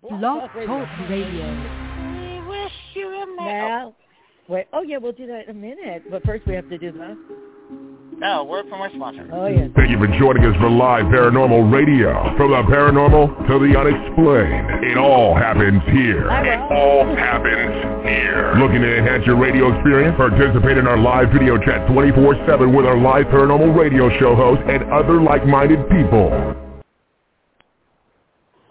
Blog Talk Radio. We wish you a merry. Now, wait. Oh yeah, we'll do that in a minute. But first, we have to do that. No, word from our sponsor. Oh yes. Thank you for joining us for live paranormal radio. From the paranormal to the unexplained, it all happens here. It all happens here. Looking to enhance your radio experience? Participate in our live video chat 24-7 with our live paranormal radio show hosts and other like-minded people.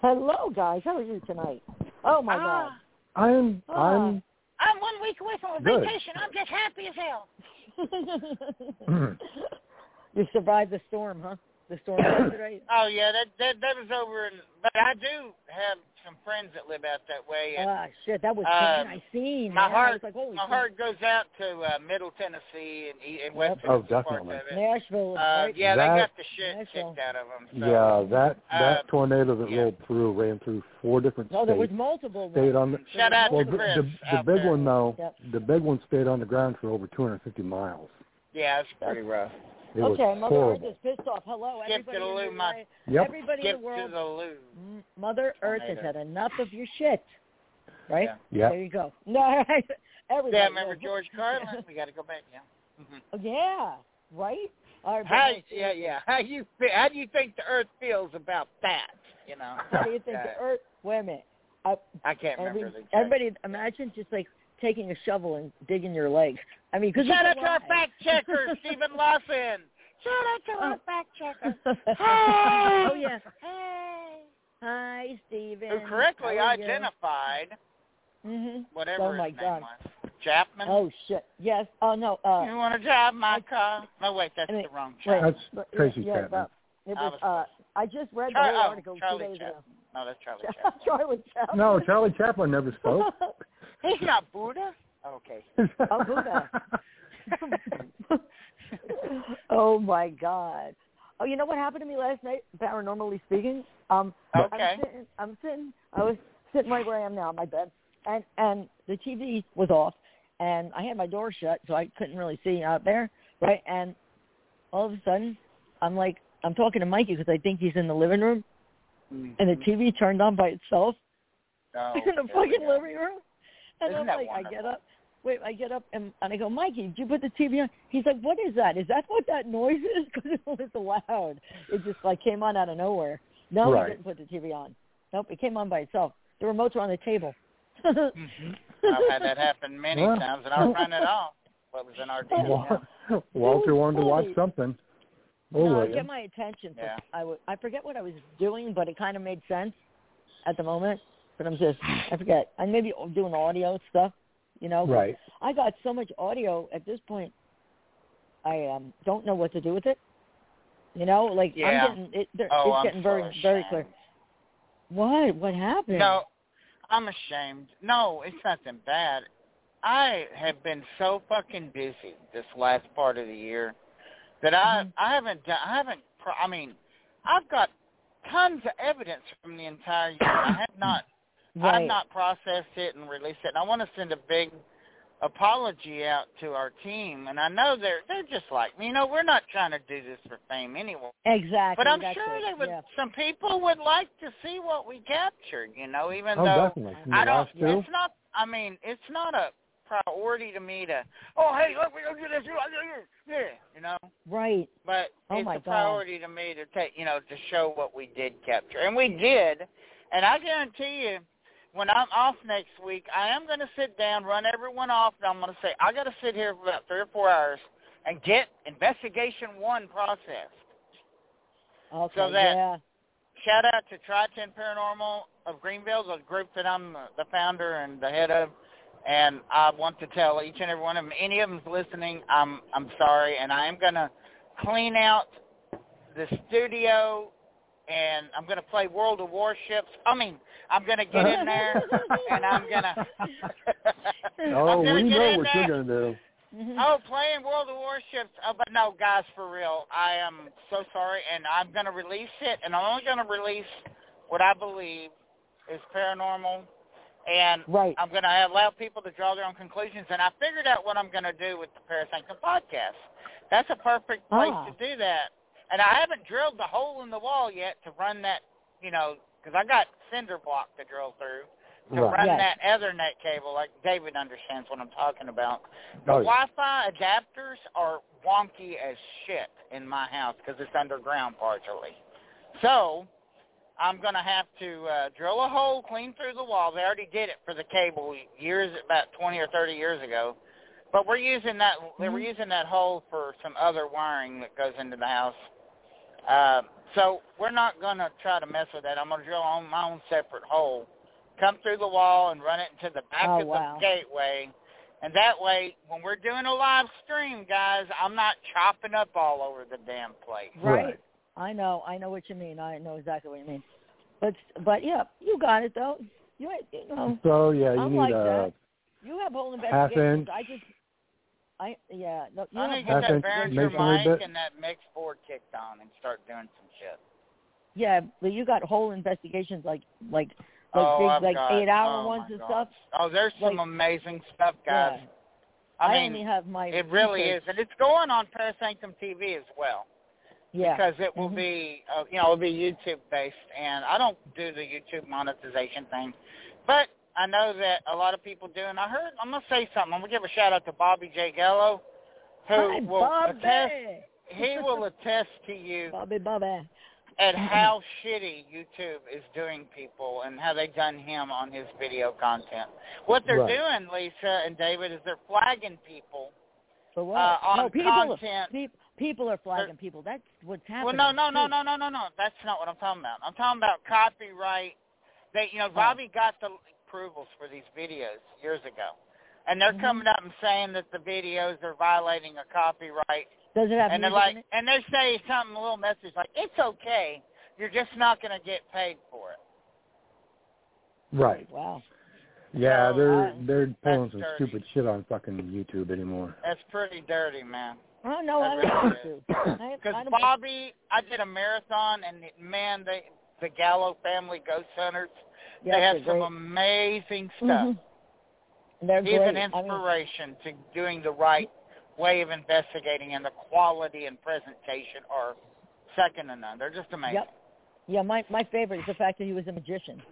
Hello, guys. How are you tonight? Oh my God. Ah, I'm Ah. I'm I'm one week away from a Good. vacation. I'm just happy as hell. you survived the storm, huh? The storm yesterday. Oh yeah, that that that was over. In, but I do have some friends that live out that way, and Ah, shit, that was Uh, something I seen. my Oh, man. I heart- was like, holy my shit. heart goes out to uh, Middle Tennessee and, e- and West Yep. Oh, Tennessee parts definitely. of it. Nashville, Uh, right? yeah, That- they got the shit Nashville. kicked out of them. So. yeah. That that uh, tornado that yeah. rolled through ran through four different No, states. Oh, there was multiple. ones. stayed on the, Shout out well, to the, Chris the, the out big there. one though. Yep. The big one stayed on the ground for over 250 miles. Yeah, it's pretty rough. It was okay, Mother Earth horrible. is pissed off. Hello, Skip to everybody, the in, loo, the Mom. world- Yep. everybody Skip in the to world. the loo. M- Mother Earth has Tornado. had enough of your shit, right? Yep. There you go. No, all right. everybody. Yeah, remember yeah. George Carlin? We got to go back. Yeah. Mhm. Yeah, right. All right, How, but- yeah, yeah. How you feel, how do you think the Earth feels about that? You know, How do you think Uh, the Earth? Wait a minute. I, I can't every, remember the exact- everybody, imagine just like taking a shovel and digging your leg. I mean, because Shout out to our fact checker, Stephen Lawson. Shout out to our fact checker. oh yeah. Hey. Hi, Steven. Who correctly How are you? identified Mhm. whatever Oh, his my name God. was. Chapman. Oh shit. Yes. Oh no. Uh, you want to drive my car? No, wait, that's Wait, the wrong wait. Chapman. That's but- Tracy yeah, Chapman. but It I was. was Uh, I just read the Char- whole oh, article Charlie two days Chapman. No, that's Charlie ago. Chapman. Charlie Chapman. No, Oh, Charlie Chaplin never spoke. He's not Buddha. Okay. Oh, Buddha. oh my god. Oh, you know what happened to me last night? Paranormally speaking, um, Okay. I'm sitting, I'm sitting, I was sitting right where I am now on my bed, and and the TV was off, and I had my door shut, so I couldn't really see out there, right? And all of a sudden, I'm like, I'm talking to Mikey because I think he's in the living room, and the TV turned on by itself No, in the there Oh, we fucking go. living room. And Isn't I'm that like, I get wonderful? up. Wait, I get up and, and I go, Mikey, did you put the TV on? He's like, what is that? Is that what that noise is? Because it was loud. It just like came on out of nowhere. No, he Right. didn't put the TV on. Nope, it came on by itself. The remotes were on the table. Mm-hmm. I've had that happen many Well. times, and I'll run it off. What was in our deal? Wa- Walter wanted to watch Holy- something. Oh, no, it William. got my attention. For, Yeah. I, was, I forget what I was doing, but it kind of made sense at the moment. But I'm just, I forget. I may be doing audio stuff, you know, 'cause Right. I got so much audio at this point. I um, don't know what to do with it. You know, like Yeah. I'm getting it, there, Oh, it's I'm getting so very very ashamed. clear. What? What happened? No, I'm ashamed. No, it's nothing bad. I have been so fucking busy this last part of the year that I Mhm. I haven't done, I haven't pro- I mean I've got tons of evidence from the entire year. I have not right. I've not processed it and released it. And I want to send a big apology out to our team. And I know they're they're just like you know we're not trying to do this for fame anyway. exactly. But I'm that's sure it. they would. Yeah. Some people would like to see what we captured. You know, even Oh, though definitely. From the I don't. last two. It's not. I mean, it's not a priority to me to. Oh, hey, look, we're gonna do this. Yeah, you know. Right. But Oh, it's my a God. priority to me to take. You know, to show what we did capture, and we did. And I guarantee you, when I'm off next week, I am going to sit down, run everyone off, and I'm going to say I got to sit here for about three or four hours and get investigation one processed. Okay. So that- yeah. shout out to Tri-Ten Paranormal of Greenville, the group that I'm the- the founder and the head of. And I want to tell each and every one of them, any of them's listening, I'm I'm sorry, and I am gonna clean out the studio, and I'm gonna play World of Warships. I mean, I'm gonna get in there, and I'm gonna. Oh, I'm gonna we get know in what there. you're gonna do. Oh, playing World of Warships. Oh, but no, guys, for real. I am so sorry, and I'm going to release it, and I'm only going to release what I believe is paranormal, and Right. I'm going to allow people to draw their own conclusions. And I figured out what I'm going to do with the Parasankum podcast. That's a perfect place Ah. to do that. And I haven't drilled the hole in the wall yet to run that, you know, because I got cinder block to drill through to Right. run Yes. that Ethernet cable. Like David understands what I'm talking about. The Oh, yeah. Wi-Fi adapters are wonky as shit in my house because it's underground partially. So I'm going to have to uh, drill a hole clean through the wall. They already did it for the cable years, about 20 or 30 years ago. But we're using that. They were using that hole for some other wiring that goes into the house. Uh, so we're not going to try to mess with that. I'm going to drill on my own separate hole, come through the wall, and run it into the back Oh, of wow. the gateway. And that way, when we're doing a live stream, guys, I'm not chopping up all over the damn place. Right. Right. I know. I know what you mean. I know exactly what you mean. But but yeah, you got it though. You ain't- you know Um, So yeah, you I'm need uh, like a that. you have whole Half investigations. inch. I just I yeah. No, you have I'm going to whole get Half that inch Behringer masonry mic bit. and that mix board kicked on and start doing some shit. Yeah, but you got whole investigations like like like oh, big I've like got, eight hour oh ones my and God. stuff. Oh, there's some Like- amazing stuff, guys. Yeah. I mean, only have my it really is, research. and it's going on Parasanctum TV as well. Yeah. because it will Mhm. be uh, you know it'll be YouTube based, and I don't do the YouTube monetization thing, but I know that a lot of people do. And I heard I'm gonna say something. I'm gonna give a shout out to Bobby J Gallo, who Hi, will Bobby. attest. He will attest to you Bobby Mm-hmm. Bobby. at how shitty YouTube is doing people and how they've done him on his video content. What they're Right. doing, Lisa and David, is they're flagging people For what? Uh, on no, people, content. peop- people are flagging people. That's what's Well, happening. no, no, no, too. no, no, no, no. That's not what I'm talking about. I'm talking about copyright. They, you know, Oh. Bobby got the approvals for these videos years ago, and they're Mhm. coming up and saying that the videos are violating a copyright, Does it have and they're music like, in it? and they say something, a little message like, "It's okay. You're just not going to get paid for it." right. Wow. Yeah, So, they're uh, they're pulling some Oh, dirty. stupid shit on fucking YouTube anymore. That's pretty dirty, man. Oh no, I don't That really want to. is. I, I Because don't Bobby, I did a marathon, and man, they, the Gallo family ghost hunters, yes, they have they're some great. Mm-hmm. amazing stuff. Mhm. They're He's great. an inspiration to doing the right way of investigating, and the quality and presentation are second to none. They're just I mean, amazing. yep. Yeah, my my favorite is the fact that he was a magician.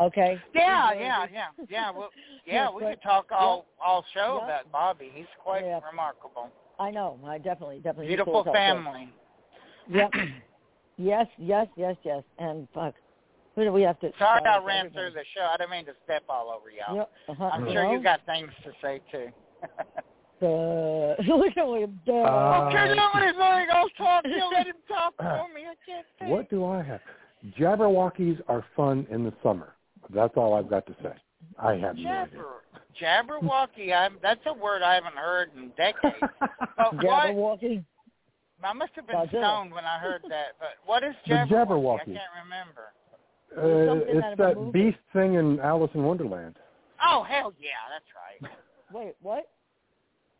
Okay. Yeah, He's really yeah, good. yeah, yeah. Well, Yeah, yeah, we but- could talk all all show Yep. about Bobby. He's quite Yeah. remarkable. I know. I definitely, definitely. he's Beautiful cool as hell, too. family. Yep. yes, yes, yes, yes. And fuck, who do we have to? Sorry I shout out ran everybody? through the show. I didn't mean to step all over y'all. Yep. Uh-huh. I'm you sure know? you got things to say too. Duh. Look at William. Duh. Uh, okay, now he's like, I'll talk. You let him talk for me. I can't think. What do I have? Jabberwockies are fun in the summer. That's all I've got to say. I have no idea. Jabber, Jabberwocky. I'm, that's a word I haven't heard in decades. Uh, But what? Jabberwocky. I must have been Godzilla. stoned when I heard that. But what is The Jabberwocky? I Jabberwocky. can't remember. Uh, something out of it's a that movie. beast thing in Alice in Wonderland. Oh hell yeah, that's right. Wait, what?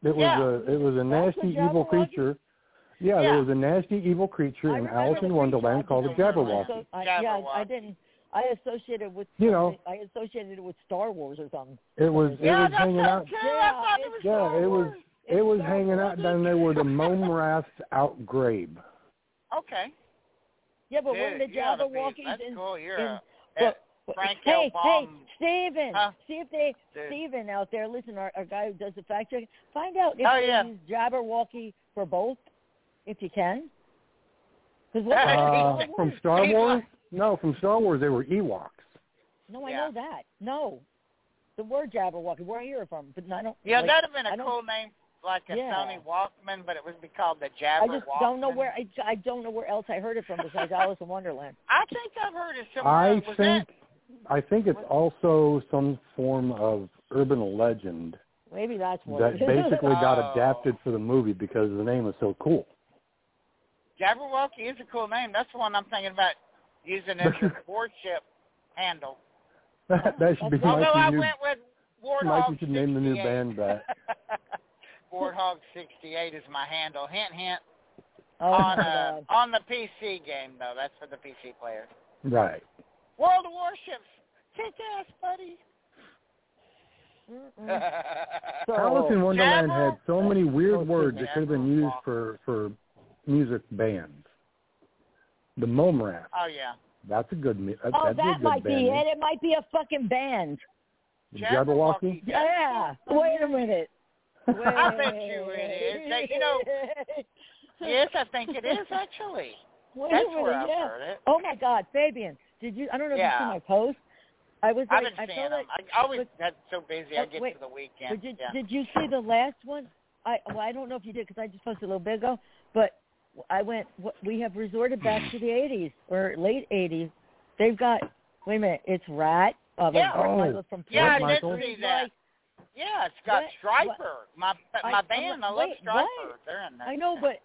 It Yeah. was a it was a That's nasty the evil Jabberwocky? creature. Yeah, Yeah. there was a nasty evil creature I in remember Alice the in creature. Wonderland I called a didn't know it. Jabberwocky. I, yeah, I Jabberwocky. didn't. I associated with You know. I associated it with Star Wars or something. It was it yeah, was that's hanging out. too. Yeah, I thought it was it's- Yeah, Star it was Wars. it was It's hanging Star out down there where the Momraths outgrabe. Okay. Yeah, but Dude, when the you oughta be- Jabberwockies That's in, cool. You're in- a- but- but- Frank hey, hey, Elbaum. Steven, Huh? see if they Dude. Steven out there, listen, our, our guy who does the fact check, find out if Oh, they yeah. use Jabberwocky for both, if you can. Because what? Uh, from Star Ewoks. Wars? No, from Star Wars they were Ewoks. no, I yeah. know that. No, the word Jabberwocky, where I hear it from, but I don't. Yeah, like, that'd have been I a don't- cool name, like a Yeah. Sony Walkman, but it would be called the I Jabber just don't know Walkman. where I, I don't know where else I heard it from besides Alice in Wonderland. I think I've heard it somewhere. I else. Was think that- I think it's also some form of urban legend Maybe that's what. that it is. basically Oh. got adapted for the movie because the name is so cool. Jabberwocky is a cool name. That's the one I'm thinking about using as your warship handle. that should be That's- might Although be I new. went with Warthog. Mike, you should name the new 68. band that. Warthog 68 is my handle. Hint, hint. oh, on my uh, God. on the PC game though. That's for the PC players. Right. World of Warships. Kick ass, buddy. Mm-mm. So- Alice in Wonderland Jabber- had so many Oh, weird excuse words me, that could have been Admiral used for for music bands. The Momrat. Oh yeah. That's a good. mu- That, Oh, that'd be a that good might band. be it. It might be a fucking band. Jabberwocky. Yeah. Wait a minute. I bet you it is. That- you know- Yes, I think it is actually. Wait That's a minute, where I've yeah. heard it. Oh my God, Fabian, did you? I don't know if you Yeah. see my post. I was. I've like- been I seeing felt them. like. I always but- got so busy. I but get wait, to the But weekend. did yeah. did you see the last one? I well, I don't know if you did because I just posted a little bit ago. But I went. wh- We have resorted back to the '80s or late '80s. They've got. Wait a minute. It's Rat. Uh, Yeah. Bart Oh. Michaels from Yeah, What, I did Michael? see that. Yeah, it's got What- Striper. My I- my I'm band, like, I love wait, Striper. what? They're in there. I know, but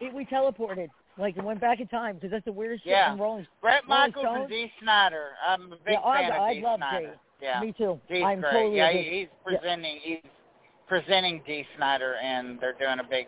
it, we teleported. Like it went back in time because that's the weirdest shit Yeah. from Rolling Brett Rolling Michaels Stones? and Dee Snyder. I'm a big Yeah, I- fan of I Dee love Snyder. Dee. Yeah, Me too. Dee's I'm great. totally yeah, a big- he, he's presenting. He's presenting Dee Snyder, and they're doing a big.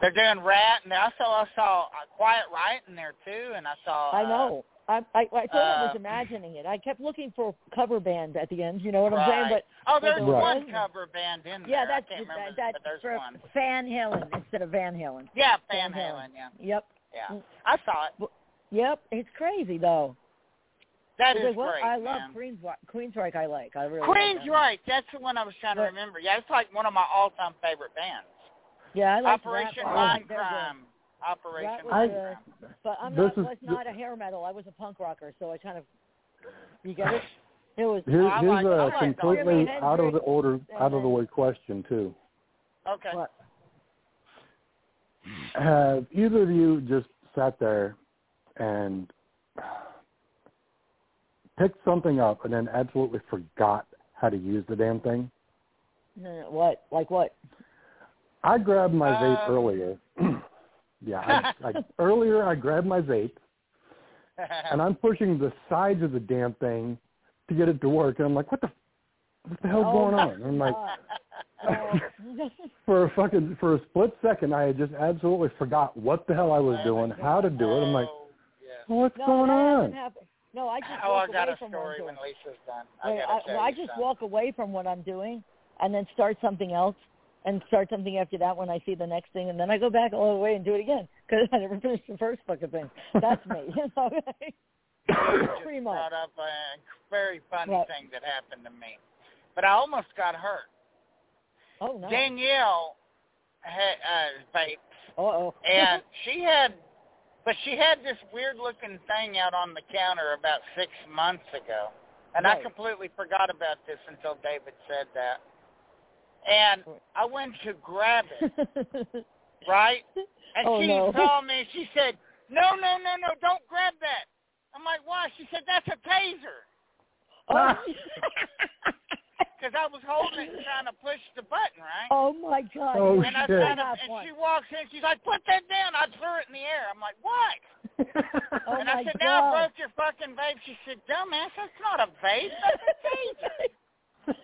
They're doing Rat, and I saw I saw uh, Quiet Riot in there too, and I saw. I uh, know. I I, I thought I was uh, imagining it. I kept looking for a cover band at the end. You know what I'm saying? right. But oh, there's Right. one cover band in there. yeah, that's I can't remember, that, that's but there's for one. Van Halen instead of Van Halen. Yeah, Van Van Halen. Halen. Yeah, Yep, yeah. Mm. I saw it. yep. It's crazy though. That It's like, is what- great. I man. love Queens Queensryche. I like. I really. Queen's like that. right. That's the one I was trying to But- remember. Yeah, it's like one of my all-time favorite bands. Yeah, I like Operation that. Line They're good. Crime. Operation That was Line good. Crime. But I'm This not is- was not a hair metal. I was a punk rocker, so I kind of you get it. It was Here, I here's like- I a like completely Jimi out of the Hendrix order, out of then- the way question too. Okay. What? Have either of you just sat there and picked something up and then absolutely forgot how to use the damn thing? no, no, what like what? I grabbed my vape Um. Uh, earlier. yeah, I, I, earlier I grabbed my vape and I'm pushing the sides of the damn thing to get it to work, and I'm like, what the, what the hell's Oh, going on? And I'm like, for a fucking for a split second, I had just absolutely forgot what the hell I was doing, how to do it. I'm like, Oh, yeah. what's no, going that on? hasn't happened. No, I just Oh, walk I got away a from story what I'm when doing. Lisa's done. Wait, I I, gotta tell well, I you just something. walk away from what I'm doing and then start something else and start something after that when I see the next thing and then I go back all the way and do it again because I never finished the first fucking thing. That's me. you know, right? just Pretty much. brought up a very funny Right. thing that happened to me, but I almost got hurt. Oh no. Danielle had uh, vapes, Uh oh. and she had, but she had this weird looking thing out on the counter about six months ago, and I Right. completely forgot about this until David said that. And I went to grab it, right? And Oh, she no. saw me. She said, "No, no, no, no! Don't grab that." I'm like, "Why?" She said, "That's a taser," oh. because I was holding it and trying to push the button, right? Oh, my god. Oh, and I shit. said, and she walks in. She's like, "Put that down!" I threw it in the air. I'm like, "What?" Oh, and I my said, God. "Now I broke your fucking vape." She said, "Dumbass, that's not a vape. That's a taser."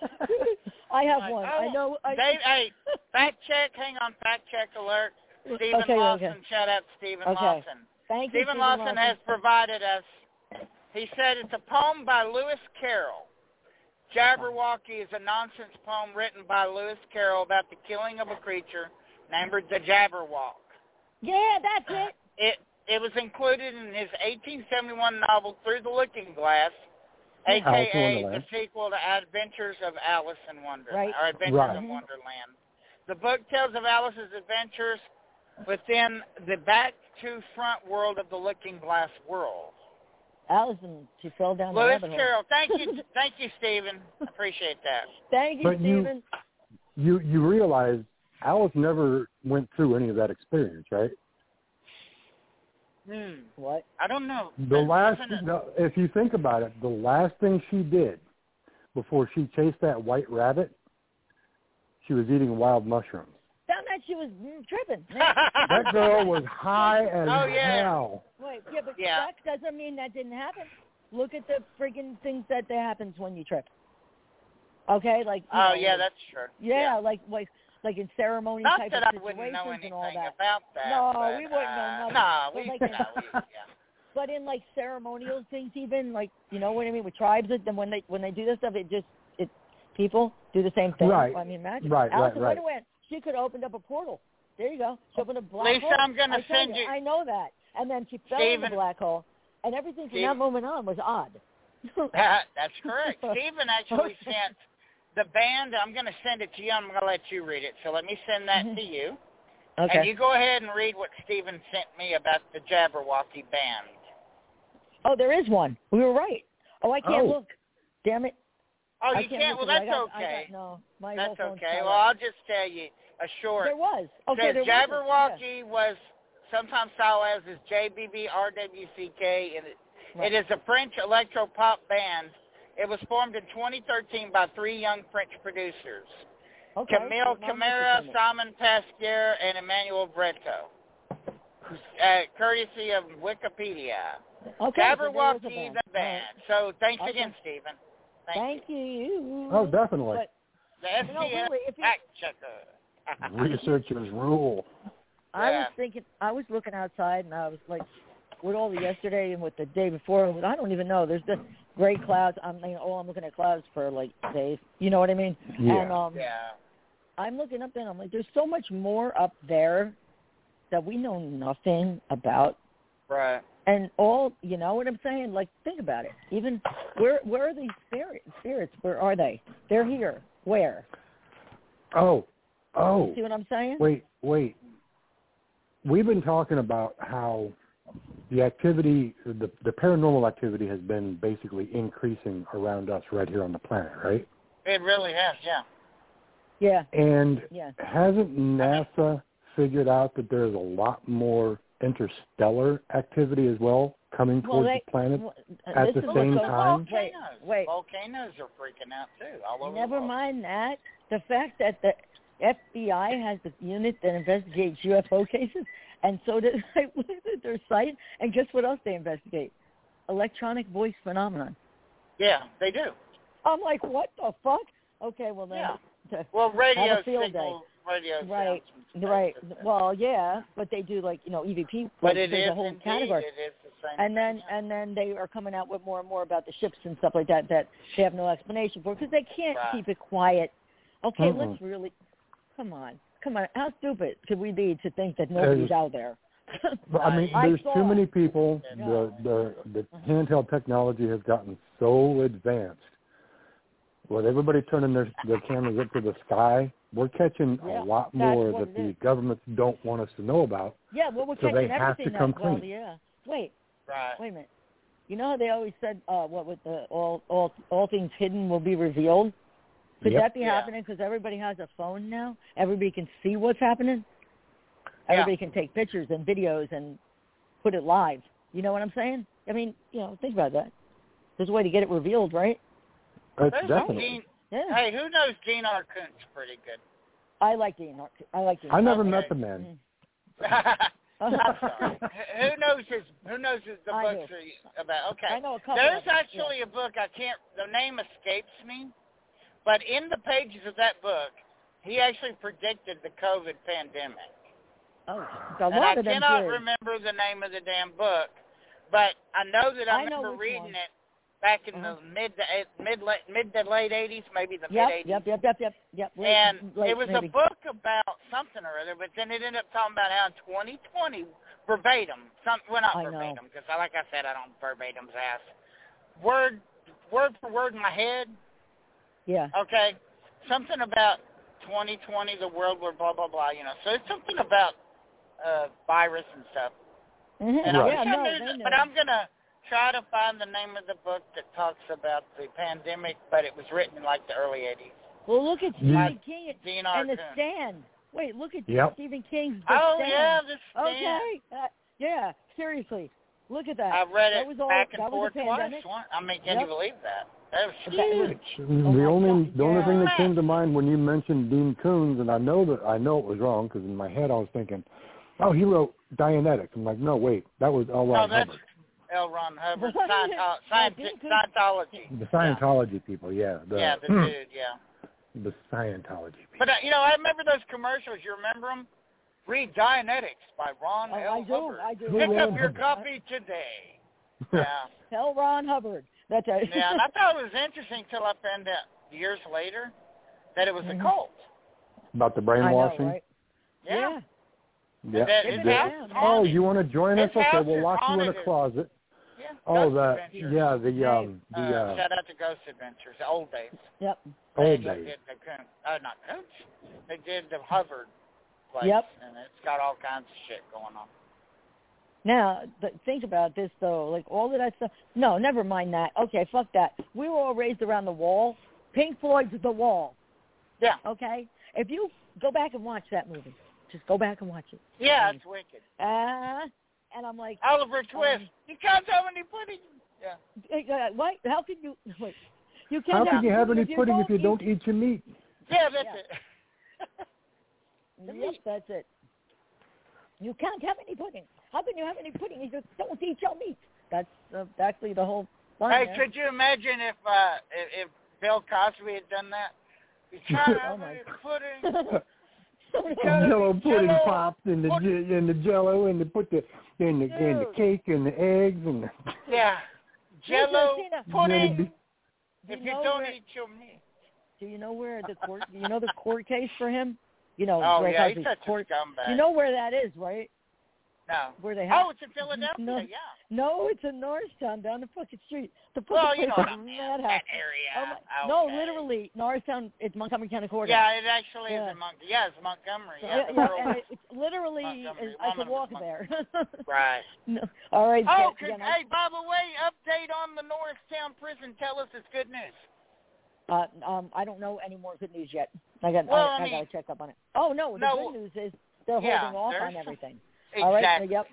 I have Like, one. oh, I know. I, Dave, hey, fact check. Hang on, fact check alert. Stephen Okay, okay. Lawson, shout out Stephen Okay. Lawson. thank you, Stephen Lawson, has provided us. He said it's a poem by Lewis Carroll. Jabberwocky is a nonsense poem written by Lewis Carroll about the killing of a creature named the Jabberwock. Yeah, that's it. It it was included in his 1871 novel Through the Looking Glass, Alice in aka the Wonderland. sequel to Adventures of Alice in Wonderland Right. or Adventures Right. in Wonderland. The book tells of Alice's adventures within the back to front world of the Looking Glass world. Allison, she fell down the Lewis rabbit hole. Carroll, thank you, thank you, Stephen. Appreciate that. Thank you, But you- Stephen. you you realize Alice never went through any of that experience, right? Hmm. What? I don't know. The last, Isn't it- the, if you think about it, the last thing she did before she chased that white rabbit, she was eating wild mushrooms. Found out she was mm, tripping. That girl was high as Oh, yeah. hell. Wait, yeah, but Yeah. that doesn't mean that didn't happen. Look at the friggin' things that that happens when you trip. Okay, like. you oh know, yeah, like- that's true. yeah, like like like in ceremony Not type that of I situations wouldn't know anything and all that. about that. No, but, we wouldn't know uh, nothing. Nah, But we, like- no, we yeah. But in like ceremonial things, even like you know what I mean with tribes, then when they when they do this stuff, it just it people do the same thing. Right. I mean, imagine. Right, right, Allison right. Wonder Went, she could have opened up a portal. There you go. She opened a black Lisa, hole. I'm I gonna tell send you- I know that. And then she fell in Steven. the black hole. and everything from Steve- that moment on was odd. That's correct. Stephen actually sent the band. I'm going to send it to you. I'm going to let you read it. So let me send Mm-hmm. that to you. And you go ahead and read what Stephen sent me about the Jabberwocky band. Oh, there is one. We were right. Oh, I can't Oh. look. Damn it. Oh, I you can't. can't? Well, look that's at it. I got- I okay. got- no, my whole That's phone's okay. tied Well, up. I'll just tell you a short. there was. Okay, says there was. Jabberwocky was sometimes styled as is J-B-B-R-W-C-K, and it, Right. it is a French electro-pop band. It was formed in 2013 by three young French producers, Yeah. Okay. Camille Well, mine Camara, was the same. Simon Pasquier, and Emmanuel Breto, uh, courtesy of Wikipedia. Okay, so there was a Jabberwocky band. All right. the band. So thanks Okay. again, Stephen. Thank you. Oh, definitely. But- The You know, STS really, if you- fact checker. Researchers rule. I was Yeah. thinking, I was looking outside, and I was like, with all the yesterday and with the day before, I was- I don't even know. There's the gray clouds. I'm thinking, oh, I'm looking at clouds for like days. You know what I mean? Yeah. And um, yeah. I'm looking up there, and I'm like, there's so much more up there that we know nothing about. Right. and all you know what I'm saying? Like think about it. Even where where are these spirit, spirits? Where are they? They're here. Where? Oh, You oh. See what I'm saying? Wait, wait. We've been talking about how the activity, the, the paranormal activity has been basically increasing around us right here on the planet, right? It really has, yeah. Yeah, And yeah. hasn't NASA figured out that there's a lot more interstellar activity as well coming Well, towards they, the planet? well, uh, at this the is what's same so- time? Wait, Volcanoes. wait. Volcanoes are freaking out too. All over the Never world. mind that. The fact that the FBI has the unit that investigates UFO cases, and so does I looked at their site, and guess what else they investigate? Electronic voice phenomenon. Yeah, they do. I'm like, what the fuck? Okay, well then. Well, radio a field signal, radio Right, sounds from space Right. is- Well, yeah, but they do like you know EVP. but like, it there's is a whole indeed, category. It is the same. And then uh, thing. and then they are coming out with more and more about the ships and stuff like that that they have no explanation for because they can't Right. keep it quiet. Okay, Mhm. let's really come on, come on. How stupid could we be to think that nobody's There's- out there? But, I mean, I there's saw Mm-hmm. too it. many people. Yeah. The the the handheld technology has gotten so advanced. With everybody turning their their cameras up to the sky, we're catching Yeah, a lot that's more what that it the is. governments don't want us to know about. yeah, well, we're So they catching have everything to come now. Well, clean. yeah. Wait, right. wait a minute. You know how they always said, uh, what with the all all all things hidden will be revealed. Could Yep. that be Yeah. happening? Because everybody has a phone now. Everybody can see what's happening. Yeah. Everybody can take pictures and videos and put it live. You know what I'm saying? I mean, you know, think about that. There's a way to get it revealed, right? That's There's a Gene, definitely. Yeah. hey, who knows Gene Arcunt's pretty good. I like Dean. Hart- I like Dean. I never Okay. met the man. I'm sorry. who knows his? Who knows his, the I books do. are you, about? Okay. I know a couple. There's of them. actually a book I can't. The name escapes me, but in the pages of that book, he actually predicted the COVID pandemic. Yeah. Oh, it's a and I lot of them cannot too. remember the name of the damn book, but I know that I, I know remember which one. reading it back in Uh-huh. the mid to eight- mid late, mid to late eighties, maybe the Yep, mid eighties. yep, yep, yep, yep, yep. Late- And late, it was maybe. a book about something or other, but then it ended up talking about how in 2020, verbatim, some, well not I know. verbatim, because like I said, I don't verbatim's ass. Word, word for word in my head, Yeah. okay, something about 2020, the world were blah, blah, blah, you know. So it's something about uh, virus and stuff. Mhm. And Yeah, I Right. wish I no, knew they that, knew. but I'm gonna try to find the name of the book that talks about the pandemic, but it was written in like the early '80s. Well, look at You- Stephen King Dean and The Arcand. Stand. Wait, look at Yep. Stephen King's The Oh Stand. yeah, this Okay. Uh, yeah, seriously. Look at that. I read that it was all, back and that was forth a pandemic. twice. I mean, can you Yep. believe that? That was That was- huge. the my only God, the only yeah. thing that came to mind when you mentioned Dean Koontz, and I know that I know it was wrong because in my head I was thinking, oh, he wrote Dianetics. I'm like, no, wait, that was L. no, Ron that's Hubbard. L. Ron Hubbard, What? Scientolo- Yeah, Scienti- Dean Koontz. Scientology. The Scientology people, yeah. The, Yeah, hmm. yeah the dude. Yeah. the Scientology people. But uh, you know, I remember those commercials. You remember them? Read Dianetics by Ron Oh, L. I do, Hubbard. I do. Pick up Ron your Hubbard. copy today. Yeah. Tell Ron Hubbard. That's it. Yeah, and I thought it was interesting till I found out years later that it was a Mhm. cult. About the I know, brainwashing. right? Yeah. Yeah. That- the- it's out- oh, you want to join us? It's Okay, out we'll there lock you in on a it. closet. yeah. you? Oh, Ghost the Adventures. yeah, the um, the Uh, uh, shout out to Ghost Adventures, the old days. Yep. old they days. Did the, coon- uh, not Coons. They did the Hubbard place. Yep. And it's got all kinds of shit going on. Now, but think about this though. Like all of that stuff. No, never mind that. Okay, fuck that. We were all raised around the wall. Pink Floyd's The Wall. Yeah. Okay. If you go back and watch that movie, just go back and watch it. Yeah, Mm-hmm. it's wicked. Uh, and I'm like, Oliver Mm-hmm. Twist. you can't have any pudding. Yeah. eh, uh, what? How can you? Wait, you can't. How can you have any you pudding if you don't don't eat your meat? Yeah, that's Yeah. it. Yep, that's it. You can't have any pudding. How can you have any pudding? You just don't eat your meat. That's exactly the whole line. hey, there. could you imagine if uh if, if Bill Cosby had done that? You can't Oh, have my any pudding. Gotta Jello be pudding Jell-O. pops and the What- j- and the Jello and they put the and the and the Dude. cake and the eggs and the, Yeah. Jello Christina. pudding. Do If you you know don't where- eat your meat. Do you know where the court? Do you know the court case for him? You know, Oh Bill yeah, Cosby's he's such court. a scumbag. You know where that is, right? no. Where they have? Oh, it's in Philadelphia. No. Yeah. No, it's in Norristown, down the fucking street. The fucking Well, you know place what is I mean. madhouse. That area. Oh my, okay. No, literally, Norristown. It's Montgomery County Courthouse. Yeah, it actually Yeah. is in Mon- Yeah, it's Montgomery. Yeah, Yeah, the yeah, girl- and it's literally, I Montgomery. could Woman walk was there. right. no. All right. Oh, Jen, Jen, could, I- hey, by the way, update on the Norristown prison. Tell us it's good news. uh, um, I don't know any more good news yet. I got, Well, I, I I got mean- to check up on it. Oh no, the No. good news is they're Yeah, holding off there's- on everything. Exactly. All right. Yep.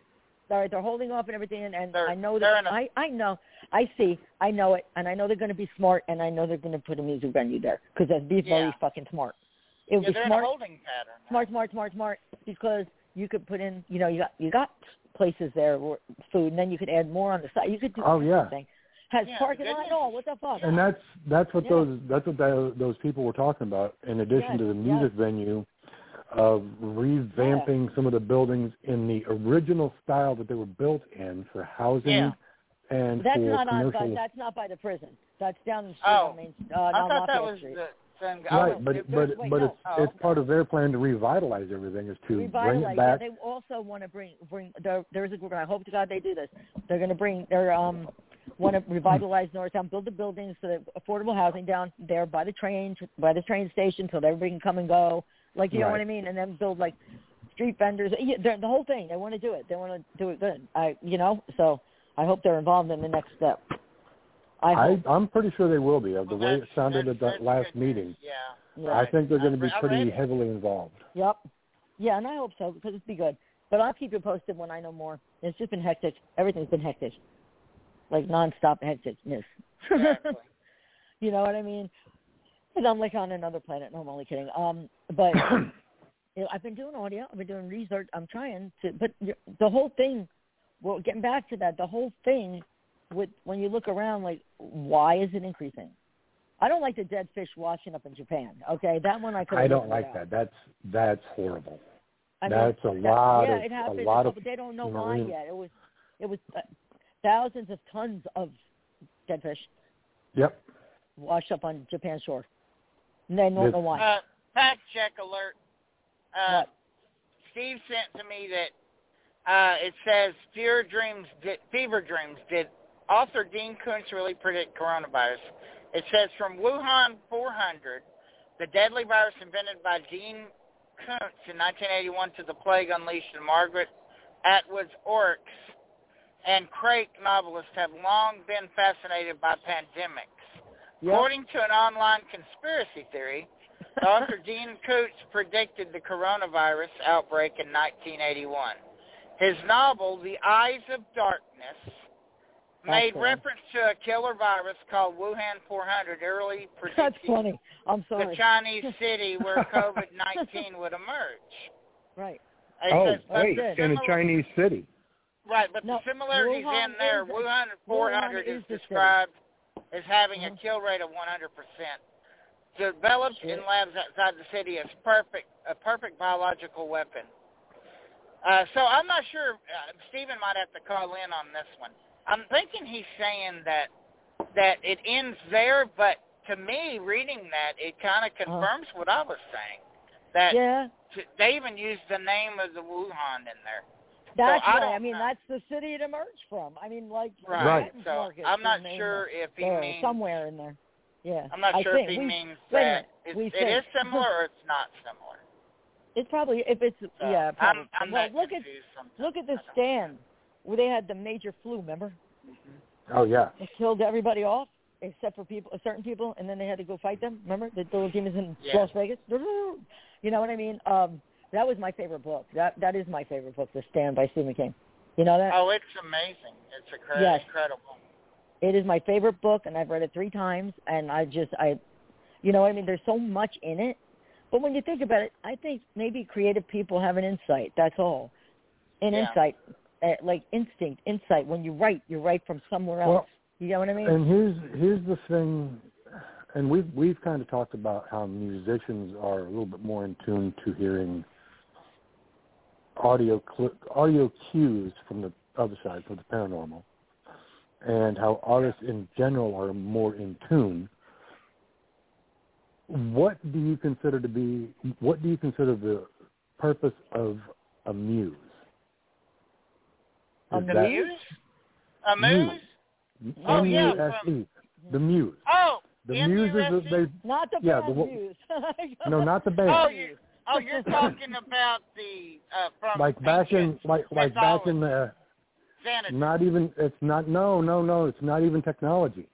All right, they're holding off and everything, and, and They're- I know they're that in a- I I know I see I know it, and I know they're going to be smart, and I know they're going to put a music venue there because that's beef Yeah. Murray's fucking smart. It would Yeah, be they're in smart a holding pattern. smart, smart, smart, smart, because you could put in, you know, you got you got places there where food, and then you could add more on the side. You could do Oh, yeah. something. Has Yeah, parking lot goodness. and all? What the fuck? and that's that's what Yeah. those that's what tho- those people were talking about. In addition Yes, to the yes. music venue, of revamping some of the buildings in the original style that they were built in for housing Yeah. and that's for not on. commercial. But that's not by the prison. That's down the street Oh. on Main uh, on I thought that Lafayette was Street. the same guy. Right, Oh, but it- but wait, but no. it's Oh, it's part of their plan to revitalize everything is to bring Revitalize. it Yeah, back. they also want to bring bring. There, there's a group. and I hope to God they do this. They're going to bring. They're um want to revitalize Norristown, build the buildings so that affordable housing down there by the train by the train station, so that everybody can come and go. Like you know what Right. I mean, and then build like street vendors. Yeah, they're- the whole thing. They want to do it. They want to do it good. I you know. So I hope they're involved in the next step. I I hope. I'm pretty sure they will be. Of the well, way it that's- sounded that's- at that that's last good news. meeting, Yeah. Yeah. I think they're going to be I- I pretty read- heavily involved. Yep. Yeah, and I hope so because it'd be good. But I'll keep you posted when I know more. It's just been hectic. Everything's been hectic, like nonstop hecticness. Exactly. you know what I mean? Because I'm like on another planet. No, I'm only kidding. Um, but you know, I've been doing audio. I've been doing research. I'm trying to, but y- the whole thing. Well, getting back to that, the whole thing with when you look around, like why is it increasing? I don't like the dead fish washing up in Japan. Okay, that one I could. I don't like that. That's that's horrible. I mean, That's a that- lot yeah, of- it a happened. oh, lot of but they don't know why marine- yet. It was, it was uh, thousands of tons of dead fish Yep. washed up on Japan shore. And they don't This- know why. Uh, fact check alert. Uh, What? Steve sent to me that uh, it says fever dreams. Did, fever dreams. Did author Dean Kuntz really predict coronavirus? It says from Wuhan 400, the deadly virus invented by Dean Kuntz in 1981 to the plague unleashed in Margaret Atwood's Oryx and Craik novelists have long been fascinated by pandemics. According to an online conspiracy theory, Dr. Dean Coots predicted the coronavirus outbreak in 1981. His novel, The Eyes of Darkness, made That's funny. reference to a killer virus called Wuhan 400, early That's predicting funny. I'm the sorry. Chinese city where COVID-19 would emerge. right. It Oh, says, but wait, the that's it. in a similar- Chinese city. Right, but No, the similarities Wuhan in there, is- Wuhan 400 Wuhan is is the city. described as having a Mhm. kill rate of 100%. Developed in Shit. labs outside the city as perfect, a perfect biological weapon. Uh, so I'm not sure. Uh, Stephen might have to call in on this one. I'm thinking he's saying that that it ends there, but to me, reading that, it kind of confirms what I was saying. That Uh-huh. Yeah. t- they even used the name of the Wuhan in there. That's I right. don't I mean, know. that's the city it emerged from. I mean, like Right. Right. Manhattan's So Market I'm in not Maine sure if he or means somewhere in there. Yeah. I'm not I sure think. if he we, means wait a that it's, minute. We it is think. similar or it's not similar. It's probably if it's So yeah. Probably. I'm, I'm well, not look at confused sometimes. look at the I don't- stand where they had the major flu. Remember, Oh yeah. they killed everybody off except for people, certain people, and then they had to go fight them. Remember the little demons in Yeah. Las Vegas. You know what I mean? Um, that was my favorite book. That that is my favorite book, The Stand by Stephen King. You know that? Oh, it's amazing. It's incre- Yes. incredible. it is my favorite book and I've read it three times and I just I you know what I mean there's so much in it but when you think about it I think maybe creative people have an insight that's all an Yeah. insight uh, like instinct insight when you write you write from somewhere else Well, you know what I mean And here's here's the thing, and we've we've kind of talked about how musicians are a little bit more in tune to hearing audio cl- audio cues from the other side, from the paranormal, and how artists in general are more in tune. What do you consider to be? What do you consider the purpose of a muse? A Is The that- muse? A muse? Muse. Oh, yeah, M-U-S-E, E, the muse. Oh, The M U muse S is E? the, not the yeah, bad the wo- news they no, not the band. Oh, you. Oh, you're talking about the uh, from like back in ancient like like back in the Xanadu. not even it's not no no no it's not even technology.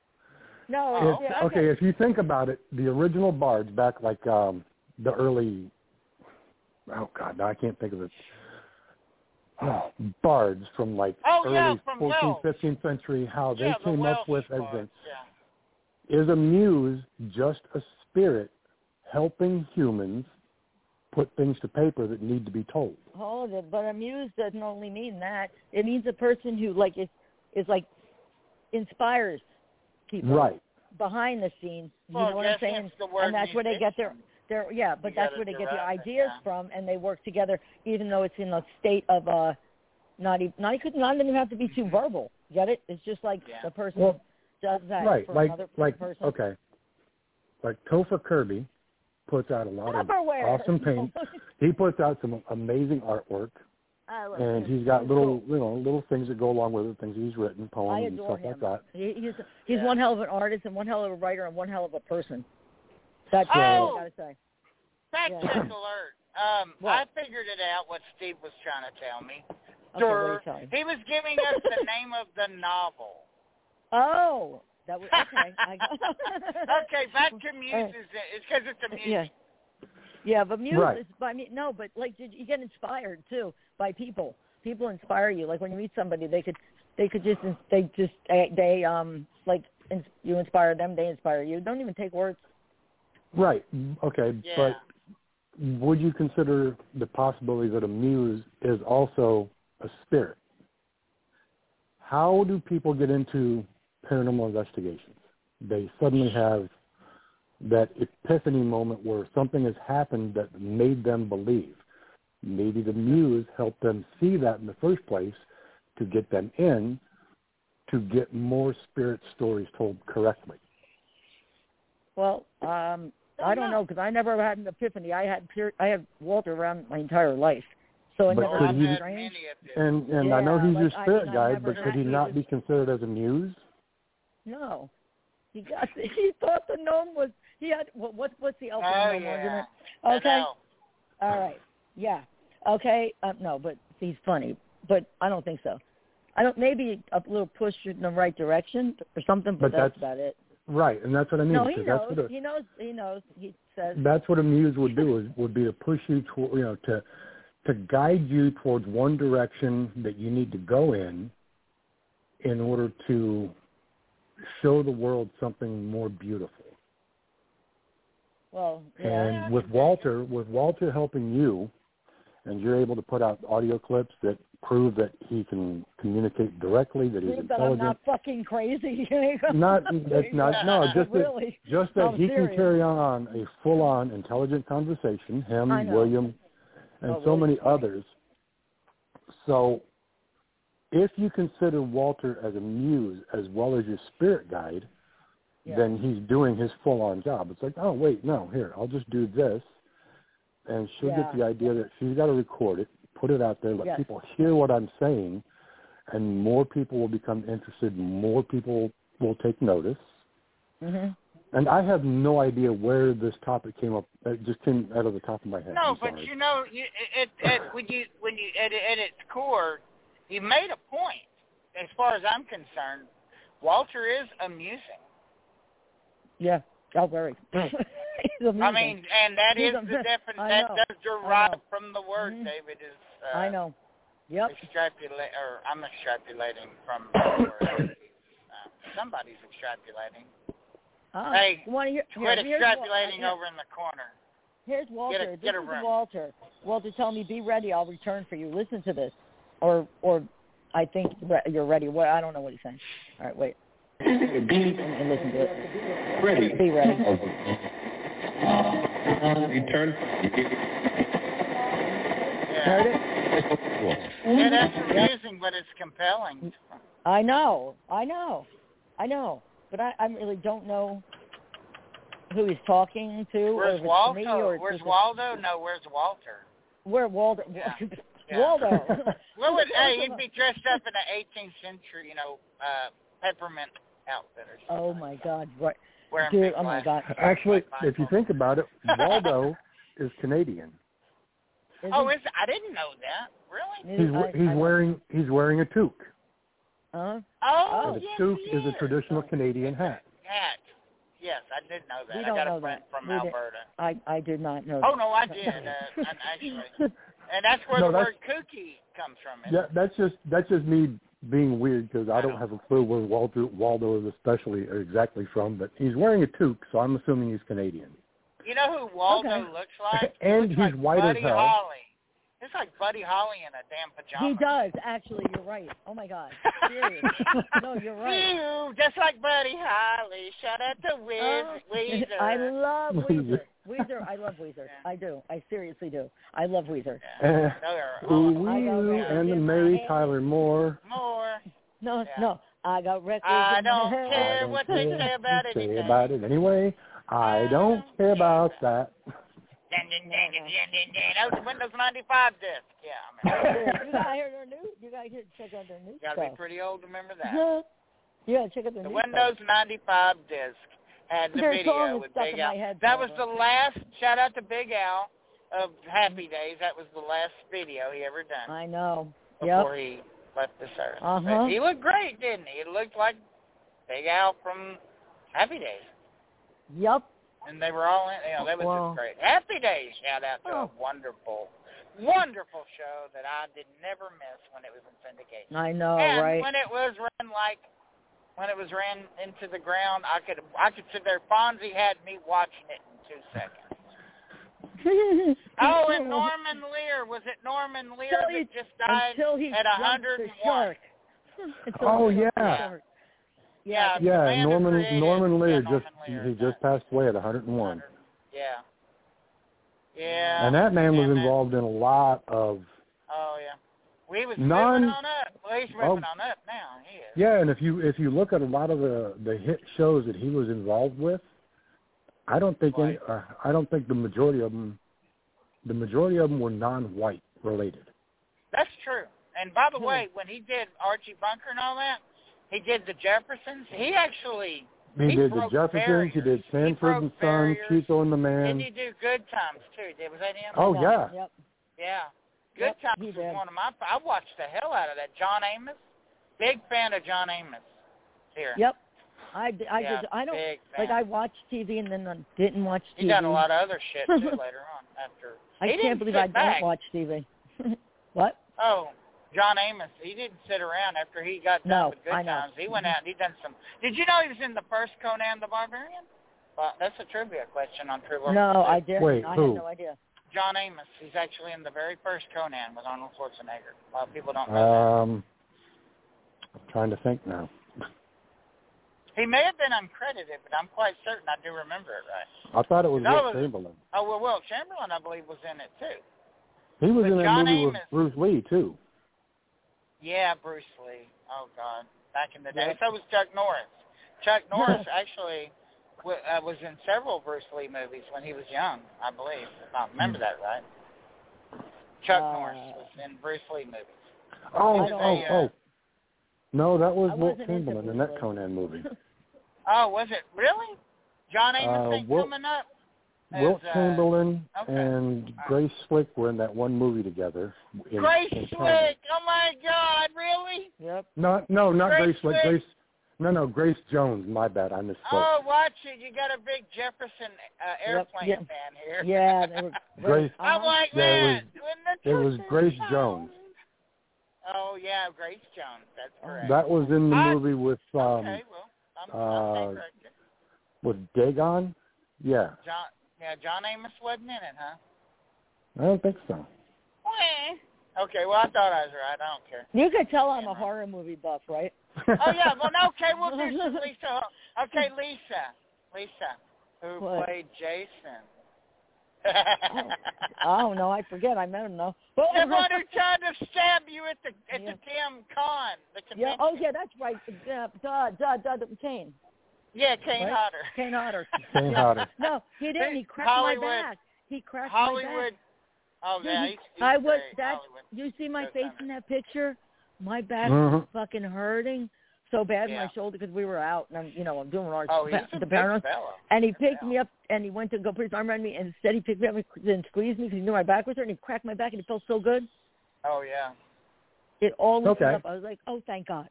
no Oh, It's, yeah, okay. if you think about it, the original bards back like um the early oh god, now I can't think of it. Oh, bards from like Oh, early yeah, from 14th, Wales. 15th century, how yeah, they came the up with Welsh everything. bards, yeah. is a muse just a spirit helping humans put things to paper that need to be told? Hold it, but amused doesn't only mean that. It means a person who like is is like inspires people Right. behind the scenes. You Well, know what yes, I'm saying? hence the word and that's where they get their their yeah, but You that's gotta where they get the derive it, ideas yeah. from, and they work together, even though it's in a state of uh, not even not it could not even have to be too verbal. Get it? It's just like Mm-hmm. Yeah. the person Well, does that right. for Like another like person. okay. Like Topher Kirby puts out a lot of Tupperware. awesome paint. He puts out some amazing artwork I love and him. he's got He's little you know, little things that go along with it, things he's written, I poems and adore stuff him. like that. He, he's he's Yeah. one hell of an artist and one hell of a writer and one hell of a person. That's Oh! what I gotta say. Fact Yeah. check alert. Um, What? I figured it out what Steve was trying to tell me. Okay, what are Durr. you telling? He was giving us the name of the novel. Oh, that was okay. I, okay, back to muses. It's because it's a muse. Yeah. Yeah, but music Right. is. I mean, no, but like you you get inspired too by people. People inspire you. Like when you meet somebody, they could, they could just, ins- they just, they, they um, like ins- you inspire them, they inspire you. Don't even take words. Right. Okay. Yeah. But would you consider the possibility that a muse is also a spirit? How do people get into paranormal investigations? They suddenly have that epiphany moment where something has happened that made them believe. Maybe the muse helped them see that in the first place to get them in to get more spirit stories told correctly. Well, um, Oh, I don't know because I never had an epiphany. I had, pure, I had Walter around my entire life, so it But never could Uh, I've he- happened had strange. many of them. And and I know Yeah, he's your like, I spirit mean, I guide, never but could had he not to. be considered as a muse? No, he got, he thought the gnome was. He had what? What? What's the elf Oh, gnome yeah. argument? I Okay. know. All right. Yeah. Okay. Uh, no, but he's funny. But I don't think so. I don't. Maybe a little push in the right direction or something. But, But that's, that's- about it. Right, and that's what I mean. no, he 'cause knows. That's what, he knows. He knows. He says. a, that's what a muse would do is would be to push you toward you know to to guide you towards one direction that you need to go in in order to show the world something more beautiful. Well, yeah. And with Walter, with Walter helping you, and you're able to put out audio clips that prove that he can communicate directly, that he's Prove that I'm intelligent. not fucking crazy. not that's not no just that, really. just that I'm he serious. can carry on a full on intelligent conversation him I know. william and Oh, so William's many funny. others so if you consider walter as a muse as well as your spirit guide Yeah. then he's doing his full on job it's like oh wait no here i'll just do this and she'll Yeah. get the idea that she's got to record it put it out there, let Yes. people hear what I'm saying, and more people will become interested, more people will take notice. hmm And I have no idea where this topic came up. It just came out of the top of my head. No, I'm but sorry. you know, you, it, it, when you when you at, at its core, you made a point. As far as I'm concerned, Walter is amusing. Yeah. Oh, very. He's I amazing. mean, and that He's is a- the definition. I That know, does derive know. from the word, Mhm. David. Is uh, I know. Yep. extrapolate, or I'm extrapolating from the word. Uh, somebody's extrapolating. Ah, Hey, you want to hear? Quit here- here's Wal- extrapolating here- over in the corner. Here's Walter. Get a- this get a is room. Walter. Walter, tell me, be ready. I'll return for you. Listen to this, or or I think re- you're ready. What? I don't know what he's saying. All right, wait. Be And, and listen to it. ready. Be ready. Return. Yeah, Heard it? yeah that's amusing, but it's compelling. I know. I know. I know. But I, I really don't know who he's talking to, or if Where's it's me, or Waldo? it's Where's just- Waldo? No, where's Walter? Where Waldo? Yeah. Yeah. Waldo. What would hey? He'd be dressed up in an 18th century, you know, uh, peppermint outfit or something. Oh my God! Right, Wearing dude. big Oh my glasses. God! Actually, if you think about it, Waldo is Canadian. Isn't- Oh, is I didn't know that. Really? He's isn't- I- he's I- wearing he's wearing a toque. Huh? Oh, and a yes, toque he is a traditional Canadian hat. Hat. Yes, I did know that. We I don't got know a friend that. from We didn't- Alberta. I I did not know. Oh no, I did uh, I- actually, and that's where No, the that's- word kooky comes from. isn't Yeah, that's just that's just me being weird because I Oh. don't have a clue where Walter Waldo is especially or exactly from, but he's wearing a toque, so I'm assuming he's Canadian. it? You know who Waldo Okay. looks like? He And looks he's like white as Buddy hell. Holly. It's like Buddy Holly in a damn pajama. He does actually. You're right. Oh my God. Serious. no, you're right. Ew, just like Buddy Holly. Shout out to Wiz, Oh, Weezer. I love Weezer. Weezer. Weezer, I love Weezer. Yeah. I do. I seriously do. I love Weezer. Yeah. Eh, They are ooh, Oh, all I wee, don't ooh, know. and the Mary Tyler Moore. more. No, Yeah. no. I got records. I in my don't head. care. what they care say about what they anything. Say about it anyway. I don't care about that. Dun, dun, dun, dun, dun, dun, dun. That was the Windows 95 disc. Yeah, I mean, you gotta hear their new. You gotta get, check out their new you gotta stuff. be pretty old to remember that. Huh? you gotta check out their The new Windows 95 disc had the Their song video is with stuck Big in Al. my head that was the forever. last shout out to Big Al of Happy Days. That was the last video he ever Stuff. done I know. Uh, Yep. before he left this earth. Uh-huh. But he looked great, didn't he? He looked like Big Al from Happy Days. Yep. And they were all in. You know, that was Wow. just great. Happy Days! Shout out to Oh. a wonderful, wonderful show that I did never miss when it was in syndication. I know. and Oh, right. when it was run like, when it was ran into the ground, I could I could sit there. Fonzie had me watching it in two seconds. Oh, and Norman Lear was it Norman Lear Until he- that just died? until he at jumped the 101. shark. Until Oh, he jumped the yeah. shark. Yeah, Yeah. Yeah, Landon Norman created- Norman yeah, Lear Norman just Lear he just died. passed away at 101. Yeah. Yeah. And that man was Yeah, involved in a lot of Oh yeah. We was Non- moving on up. Well, he's Oh. moving on up now. He is. Yeah, and if you if you look at a lot of the the hit shows that he was involved with, I don't think any, Right. uh, I don't think the majority of them the majority of them were non-white related. That's true. And by the Hmm. way, when he did Archie Bunker and all that, he did the Jeffersons. He actually He, He did the broke Jeffersons, barriers. he did He Sanford and broke Son, barriers. Chico and the did Man. he do Good Times too? Did was that him? Oh No, yeah, Yep. Yeah. Good Yep, he Times did. was one of my. I watched the hell out of that. John Amos. Big fan of John Amos. Here. Yep. I, d- I yeah, did. I don't big fan. like. I watched TV and then I didn't watch TV. He done a lot of other shit too later on. After I he can't didn't believe sit I back. don't watch TV. what? Oh, John Amos. He didn't sit around after he got done No, with Good I know. Mm-hmm. Times. He went out and he done some. Did you know he was in the first Conan the Barbarian? Well, that's a trivia question on True Love. No, I did. Wait, I who? had no idea. John Amos. He's actually in the very first Conan with Arnold Schwarzenegger. A lot of people don't know. Uh. um, I'm trying to think now. that. He may have been uncredited, but I'm quite certain I do remember it right. I thought it was That Wilt was- Chamberlain. Oh well, Will Chamberlain, I believe, was in it too. He was but in that John movie Amos- with Bruce Lee too. Yeah, Bruce Lee. Oh God, back in the day. Yep. So was Chuck Norris. Chuck Norris actually w- uh, was in several Bruce Lee movies when he was young, I believe. If I remember that right. Chuck Hmm. Uh, Norris was in Bruce Lee movies. Oh, I don't- oh, oh. No, that was I Walt wasn't into Chamberlain in Bruce that Lee. Conan movie. Oh, was it really? John Uh, Amos Wilt- coming up. as, Wilt uh, Chamberlain okay. Uh-huh. and Grace Slick were in that one movie together. in- Grace in Conan. Slick. Oh my God, really? Yep. No, no, not Grace Grace, Slick. Slick. Grace. No, no, Grace Jones. My bad, I misspoke. Oh, watch it. You got a big Jefferson uh, Yep, airplane yeah. fan here. Yeah. They were, Grace- uh-huh. I'm like, Yeah, it man. when the it was truth is Grace known." Jones. Oh, yeah, Grace Jones. That's correct. That was in the I- movie with um okay, well, I'm, I'm uh, correct. with Dagon. Yeah, John, yeah, John Amos wasn't in it, huh? I don't think so. Wah. Okay, well, I thought I was right. I don't care. You could tell I'm a horror movie buff, right? Oh, yeah, well, no, okay, we'll do some Lisa. Ho- Okay, Lisa. Lisa, who What? played Jason. Oh no, I forget. I met him though. Oh, The one who tried to stab you at the at the damn con, the yeah. convention. Oh yeah, that's right. Yeah, duh, duh, duh, duh, Kane. Yeah, Kane Right? Hodder. Kane Otter. Kane Hodder. No, he didn't. He cracked Hollywood. my back. He cracked my back. Hollywood. Oh Dude, yeah, he- he's, he's I was great, that. Hollywood. You see my That's face not in that picture? My back Mhm. fucking hurting so bad in Yeah. my shoulder because we were out and I'm, you know, I'm doing our Oh, he's a the big paranormal. fella. And he picked me up and he went to go put his arm around me and instead he picked me up and then squeezed me because he knew my back was hurt and he cracked my back and it felt so good. Oh yeah. It all lifted Okay. up. I was like, oh, thank God.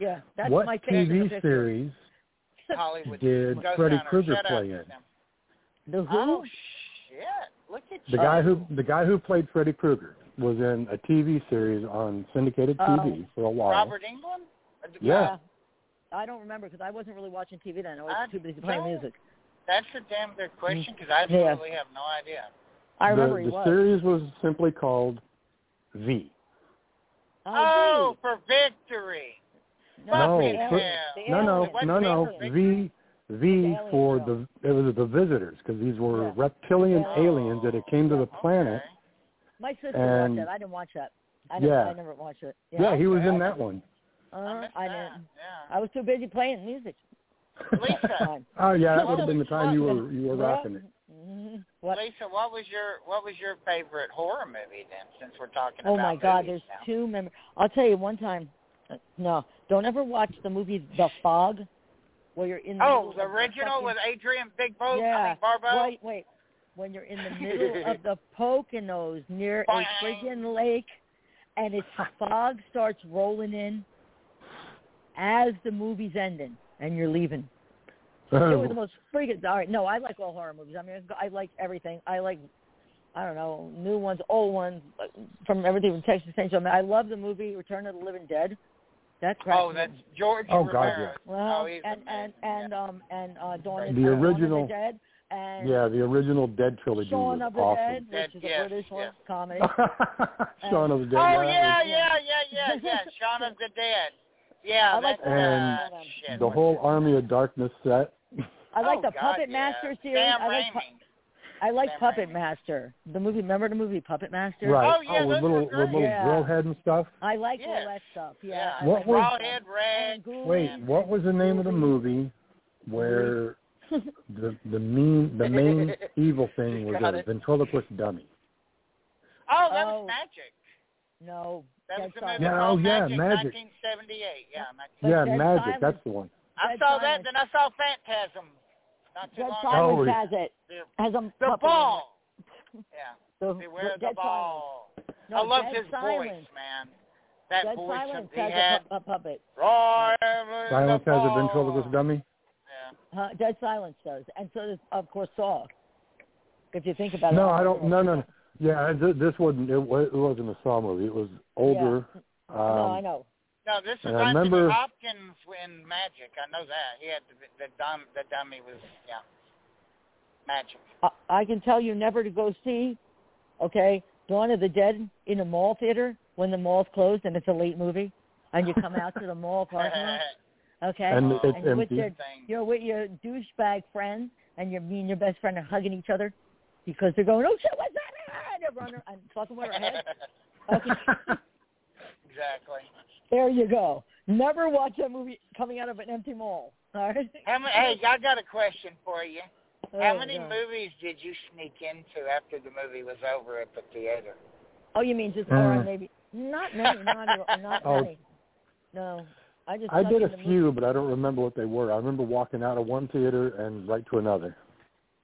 Yeah, that's what my face in the TV picture. series? Hollywood. Did Ghost Freddy Hunter. Krueger Shut up. play in? The Who? Oh shit! Look at The you. guy who the guy who played Freddy Krueger was in a TV series on syndicated Oh. TV for a while. Robert England. Uh, Yeah. I don't remember because I wasn't really watching TV then. I was I too busy playing don't- music. That's a damn good question because I Mm. Yeah. absolutely have no idea. I remember the, he the was. series was simply called V. Oh, for victory. dude. No, Fucking for- hell. The No, no, alien. no, no. Wasn't V V alien for show. the it was the visitors because these were Yeah. reptilian Oh, aliens that had came to the planet. okay. My sister and- watched it. I didn't watch that. I didn't, Yeah. I never watched it. Yeah, Yeah, he was okay. in that one. I uh, missed I that. didn't. I was too busy playing music. Lisa, Fine. oh yeah, that Oh, would have been the time you were you were yeah. rocking it. Mhm. What? Lisa, what was your what was your favorite horror movie then? Since we're talking Oh about my God! movies There's now. two members. I'll tell you one time. uh, No, don't ever watch the movie The Fog, where you're in. The Oh, middle the of original fucking- with Adrian Big Boat, I Yeah. mean Barbo. Wait, wait. When you're in the middle of the Poconos near Boing. a friggin' lake, and it's fog starts rolling in as the movie's ending, and you're leaving. It was the most freaking. All right, no, I like all horror movies. I mean, I like everything. I like, I don't know, new ones, old ones, uh, from everything from Texas Chainsaw. Man. I love the movie Return of the Living Dead. That crap. oh, that's George Oh, God, Romero. yeah. well, oh, he's and and amazing, and um and uh, Dawn, of- The uh, Dawn of original- the Dead and yeah, the original Dead trilogy Shaun was of the awesome. Dead, which Dead, is yes, a British one, yes. comedy. Shaun of the Dead. Uh, Oh yeah, yeah, yeah, yeah, yeah, yeah. Shaun of the Dead. I Yeah, like that's that. uh, And shit. The whole Army of Darkness set. I like oh, the God, Puppet yeah. Master series. Sam I like Raimi. pu- I like Sam Puppet Raimi. Master. The movie. Remember the movie Puppet Master? Right. Oh, yeah, with those were little great. with little Yeah. drill head and stuff. I like Yes. all that stuff. Yeah. yeah. I What like was- all that Rawhead stuff. Red. And Ghoulies. Wait, what was the name of the movie where the the mean the main evil thing was Mm-hmm. Got a it. ventriloquist dummy? Oh, that Oh. was Magic. No. That was Dead the Silence. movie Yeah, called oh, yeah, Magic. 1978. Yeah, Magic. But yeah, Dead magic. Silence- That's the one. I Dead saw that, Silence. then I saw Phantasm. Not too Dead long ago. Silence Oh, has it. yeah. Has a puppet in The it. ball. Yeah. The, Beware the the Dead ball. Silence. No, I love Dead his Silence. voice, man. That Dead voice Silence he has had. a, pu- a puppet. Roar, the Silence has a ball. ventriloquist dummy. Yeah. Uh, Dead Silence does, and so does, of course, Saw. If you think about it. No, I don't. No, no. no. Yeah, th- this wasn't. It, wa- it wasn't a Saw movie. It was older. Um, no, I know. No, this was And I Anthony Uh, remember- Hopkins in Magic. I know that. He had the, the, dum, the dummy was, yeah, Magic. I, I can tell you never to go see, okay, Dawn of the Dead in a mall theater when the mall's closed and it's a late movie, and you come out to the mall parking lot, okay, And Oh. it's and you're with empty. your Thing. you're with your douchebag friend and your me and your best friend are hugging each other because they're going, oh shit, what's that? Ah, And they're running and fucking with her head. Okay, exactly. there you go. Never watch that movie coming out of an empty mall. All right. How ma- hey, I got a question for you. How Oh, many God. movies did you sneak into after the movie was over at the theater? Oh, you mean just Mm. or maybe not many, not at- not Oh. many. No, I just I snuck did into a movies. few, but I don't remember what they were. I remember walking out of one theater and right to another.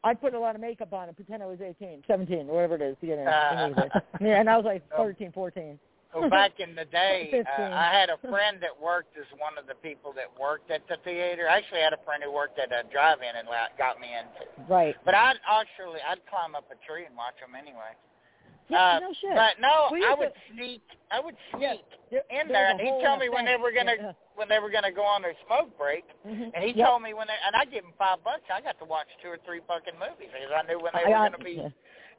I put a lot of makeup on and pretend I was 18, 17, whatever it is to get in. Uh. Any of it. yeah, and I was like Um, 13, 14. Well, back in the day, uh, Fifteen. I had a friend that worked as one of the people that worked at the theater. I actually had a friend who worked at a drive-in and la- got me into. Right. But I'd actually I'd climb up a tree and watch them anyway. Yeah, Uh, no shit. But no, We I used would sneak. I would Yeah, sneak There- in there's there. a And he'd hole tell in the me fence. when they were gonna Yeah. when they were gonna go on their smoke break. Mhm. And he Yep. told me when they and I give him five bucks. I got to watch two or three fucking movies because I knew when they I- were I- going to be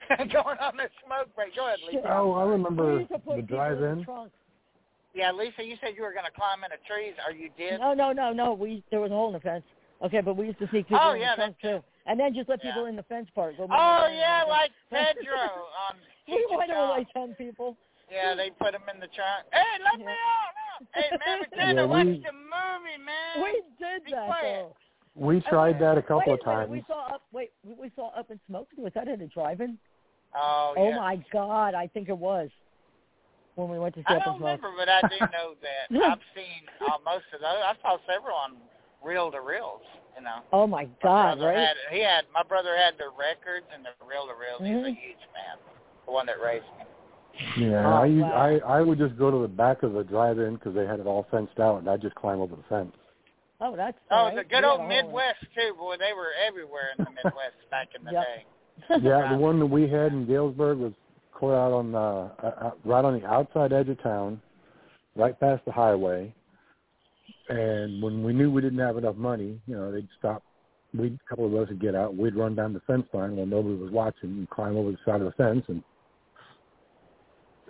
going on their smoke break. Go ahead, Lisa. Oh, I We remember used to put the people in drive-in. trunks. Yeah, Lisa, you said you were going to climb into trees. Are you did? No, no, no, no. We there was a hole in the fence. Okay, but we used to sneak people Oh, in yeah, the fence that's- too, and then just let yeah. people in the fence part. Go Oh yeah, like Pedro on. we Cheech and went over Chong. like ten people. Yeah, they put him in the trunk. Hey, let me Yeah. out! now. Hey, man, pretend Yeah, to watch we- the movie, man. We did Be that quiet. though. We tried that a couple wait of a minute, times. We saw up. Wait, we- we saw up and smoke. Was that at a drive-in? Oh, yeah. my God, I think it was when we went to see I up don't and smoke. remember, but I do know that I've seen uh, most of those. I saw several on reel to reels. You know, Oh my My God, brother right? Had, he had my brother had the records and the reel to reels. He's a Mhm. huge fan, the one that raised me. Yeah, Oh, I, used, wow. I I would just go to the back of the drive-in because they had it all fenced out, and I'd just climb over the fence. Oh, that's Oh, all the right. We good had a old whole- Midwest too, boy. They were everywhere in the Midwest back in the Yep. day. yeah, the one that we had in Galesburg was caught out on the uh, uh, right on the outside edge of town, right past the highway. And when we knew we didn't have enough money, you know, they'd stop. We would a couple of us would get out. We'd run down the fence line while nobody was watching, and climb over the side of the fence, and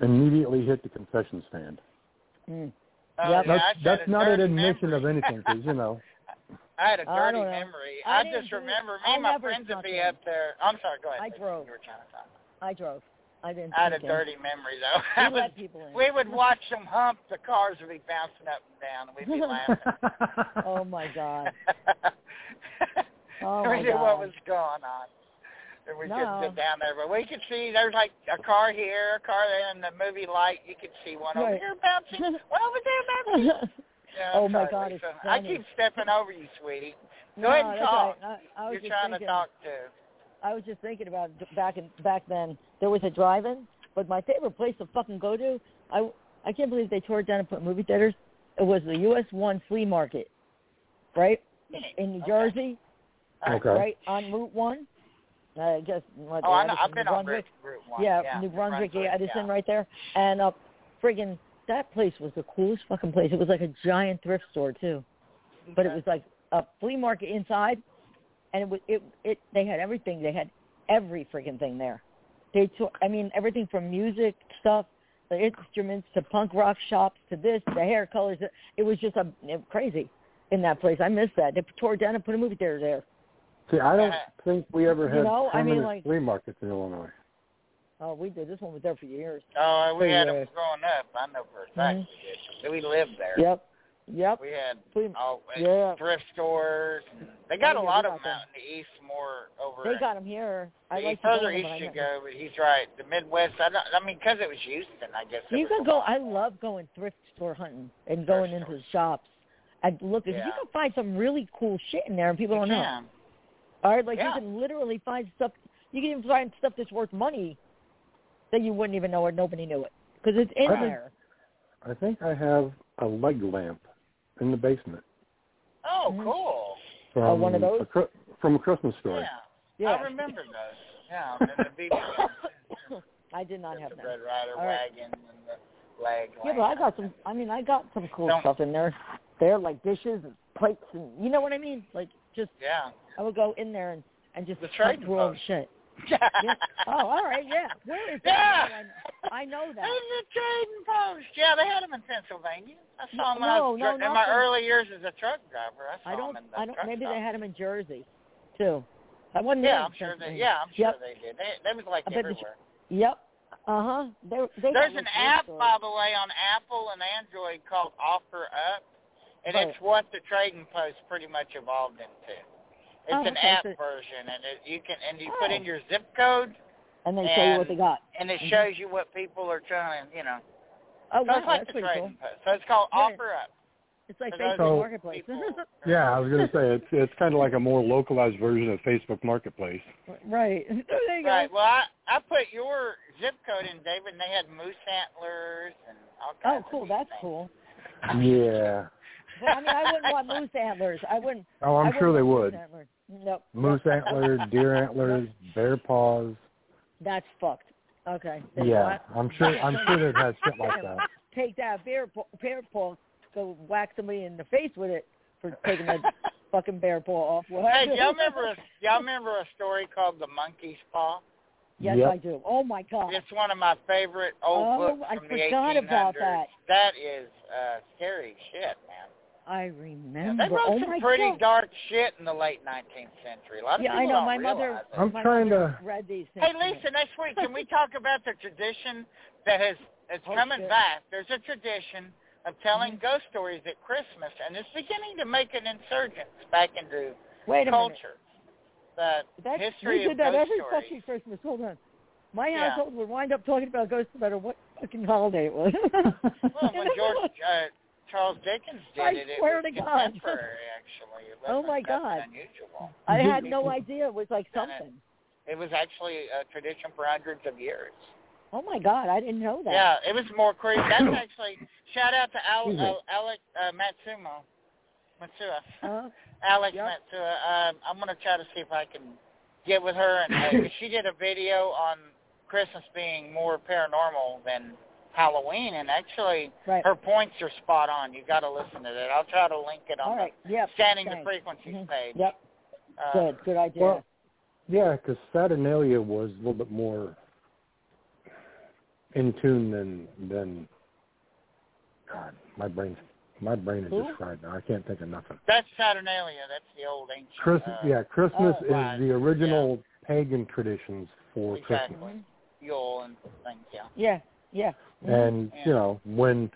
immediately hit the concession stand. Mm. Oh, Yep. yeah, I That's said that's a not an dirty admission memory. of anything, because you know. I had a Oh, I dirty don't know. memory. I I, didn't just do- remember me I and my never friends would snuck be in. up there. I'm sorry, go ahead. I Lisa, drove. You were trying to talk. I drove. I didn't. I had a sneak in. dirty memory though. We I was, let people in. we would watch them hump. The cars would be bouncing up and down. and We'd be laughing. Oh my God. Oh we my knew what God. was going on. And we No. couldn't get down there, but we could see there's like a car here, a car there, and the movie light. You could see one over Right. here bouncing, one over there bouncing. Yeah, Oh, I'm my sorry, God, it's Lisa. I funny. keep stepping over you, sweetie. Go No, ahead and that's talk. all right. I, I was You're just trying to thinking- talk to. I was just thinking about it back in back then. There was a drive-in, but my favorite place to fucking go to, I I can't believe they tore it down and put movie theaters. It was the US One flea market, right in New Okay. Jersey, okay. right on Route One. I guess. what, Oh, I that know. is I've New been on Brunswick. Route, Route One. Yeah, yeah New Brunswick, yeah, Edison, right there, and uh, friggin' that place was the coolest fucking place. It was like a giant thrift store too but it was like a flea market inside, and it was it it they had everything. They had every freaking thing there. They took I mean everything from music stuff, the instruments to punk rock shops to this, the hair colors. It was just a it, crazy in that place. I missed that. They tore it down and put a movie theater there. See, I don't think we ever You had know, I mean, permanent like- flea markets in Illinois. Oh, we did. This one was there for years. Oh, we Pretty had them rare. growing up. I know for a fact Mm-hmm. we did. We lived there. Yep. Yep. We had Flea- all Yeah. thrift stores. They got a Yeah, lot we of them got out in the east, more over. They got them here. I the like to go further to them, east but I you never- go, but he's right. The Midwest. I, don't, I mean, because it was Houston, I guess. it You was can a go. lot I more. love going thrift store hunting and going Thrift into the shops. I look. Yeah. You can find some really cool shit in there, and people You don't know. can. All right, like Yeah. you can literally find stuff. You can even find stuff that's worth money that you wouldn't even know or nobody knew it because it's in I think- there. I think I have a leg lamp in the basement Oh, Mhm. cool. from Oh, one of those? a, cri- from a Christmas story. Yeah. Yeah. I remember those. Yeah, and the BB guns, I did not and have the that. Red Rider All right. wagon and the lag. Yeah, but I got some. I mean, I got some cool Don't- stuff in there. There, like dishes and plates, and you know what I mean. Like just, Yeah. I would go in there and and just The hunt trading through all the post. shit. Yeah. Oh, all right, yeah. Where is that? Yeah. I, I know that. There's a trading post. Yeah, they had them in Pennsylvania. I saw them when No, I was no, dri- in my nothing. early years as a truck driver. I saw I don't. them in the I don't. truck Maybe stop. they had them in Jersey, too. That wasn't Yeah, in I'm sure they. Pennsylvania. Yeah, I'm Yep. sure they did. They, they was like I bet the- everywhere. Yep. Uh huh. They, they There's got, like, an app, bookstores. by the way, on Apple and Android called Offer Up, and Right. it's what the trading post pretty much evolved into. It's Oh, an okay, app so- version, and it, you can and you put Oh. in your zip code, and they show you what And- they got. and it Mhm. shows you what people are trying. You know, Oh, so wow, it's like that's the pretty cool. trading post. So it's called Yeah. offer up. It's like So Facebook those Marketplace. people- Yeah, I was going to say it's it's kind of like a more localized version of Facebook Marketplace. right. there you go. Right. Well, I I put your zip code in, David, and they had moose antlers and all Oh, kinds. cool. Of That's things. cool. Yeah. But, I mean, I wouldn't want moose antlers. I wouldn't. Oh, I'm I sure they wouldn't want would. moose antlers. Nope. Moose antler, deer antlers, bear paws. That's fucked. Okay. Then Yeah, what? I'm sure. I'm sure they've had shit like that. Take that bear paw, bear paw, go whack somebody in the face with it for taking that fucking bear paw off. What? Hey, do y'all remember a, y'all remember a story called The Monkey's Paw? Yes, Yep. I do. Oh my god. It's one of my favorite old Oh, books I from the forgot 1800s. about that. That is uh, scary shit, man. I Yeah, remember. they wrote oh my some pretty god. dark shit in the late 19th century. A lot of Yeah, I people know. don't My realize mother- it. I'm My trying mother to. read these things. Hey, to me. Lisa, next week can we talk about the tradition that has it's Oh, coming shit. Mm-hmm. back? There's a tradition of telling ghost stories at Christmas, and it's beginning to make an insurgence back into Wait a minute. culture. The That, history we did that of ghost every stories. fucking Christmas. Hold on. My Yeah. household would wind up talking about ghosts no matter what fucking holiday it was. Well, when George uh, Charles Dickens did I it, it swear to was God. contemporary, actually. It Oh, wasn't my nothing God. Unusual. I had no idea it was like Done it. something. It was actually a tradition for hundreds of years. Oh my god, I didn't know that. Yeah, it was more creepy. That's actually shout out to Al, Excuse me. uh, Alec uh, Matsumo, Matsua, Uh, Alex yep. Matsua. Um, I'm gonna try to see if I can get with her, and uh, 'cause she did a video on Christmas being more paranormal than Halloween, and actually right. her points are spot on. You got to listen to that. I'll try to link it All on right. Yep. the Standing the thanks. Frequencies Mhm. page. Yep. Uh, Good. Good idea. Well, yeah, because Saturnalia was a little bit more in tune than than. God, my brain's my brain is Who? just fried now. I can't think of nothing. That's Saturnalia. That's the old ancient. Chris, uh, yeah, Christmas oh, is right, the original pagan traditions for Exactly. Christmas, Yule and things. Yeah. Mm-hmm. yeah. Mm-hmm. Yeah. and Yeah. you know when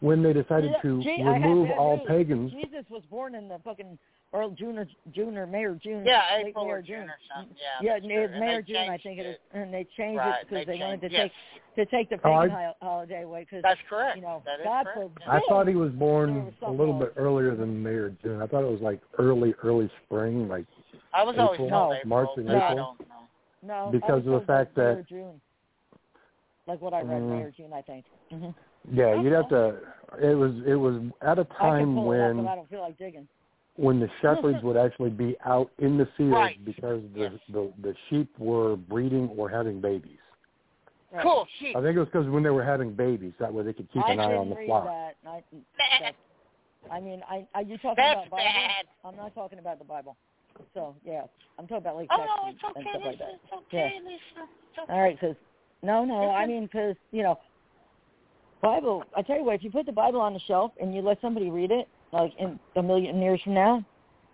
when they decided Yeah, to gee, I have remove bad all news. pagans. Jesus was born in the fucking early June or June or May or June. Yeah, late April Mm-hmm. May or or June or something. Yeah, Yeah, it- it's that's true. And May they or June, I changed think it is, it. and they changed Right. it because they they, wanted to changed- yes, take to take the Oh, I- pagan hi- holiday away because That's correct. you know that is God correct. forbid. I thought he was There born was a something little bit else. earlier than May or June. I thought it was like early, early spring, like I was always April, told No. April, March and but I April. don't know. no because I of was told like the fact May that- or June, like what I read May Mm. or June, I think. hmm Yeah, you'd have to. It was it was at a I can time pull it up, when but I don't feel like digging. when the shepherds would actually be out in the fields Right. because the, Yes. the the sheep were breeding or having babies. Right. Cool sheep. I think it was because when they were having babies, that way they could keep I an eye didn't on the read flock. that. and I, Bad. I mean, I are you talking That's about Bible? bad. I'm not talking about the Bible. So yeah, I'm talking about like Oh, sex no, and, it's okay, and stuff like Lisa. that. It's okay, Lisa. It's okay. All right, because no, no, I Mhm. mean, because you know, Bible. I tell you what, if you put the Bible on the shelf and you let somebody read it, like in a million years from now,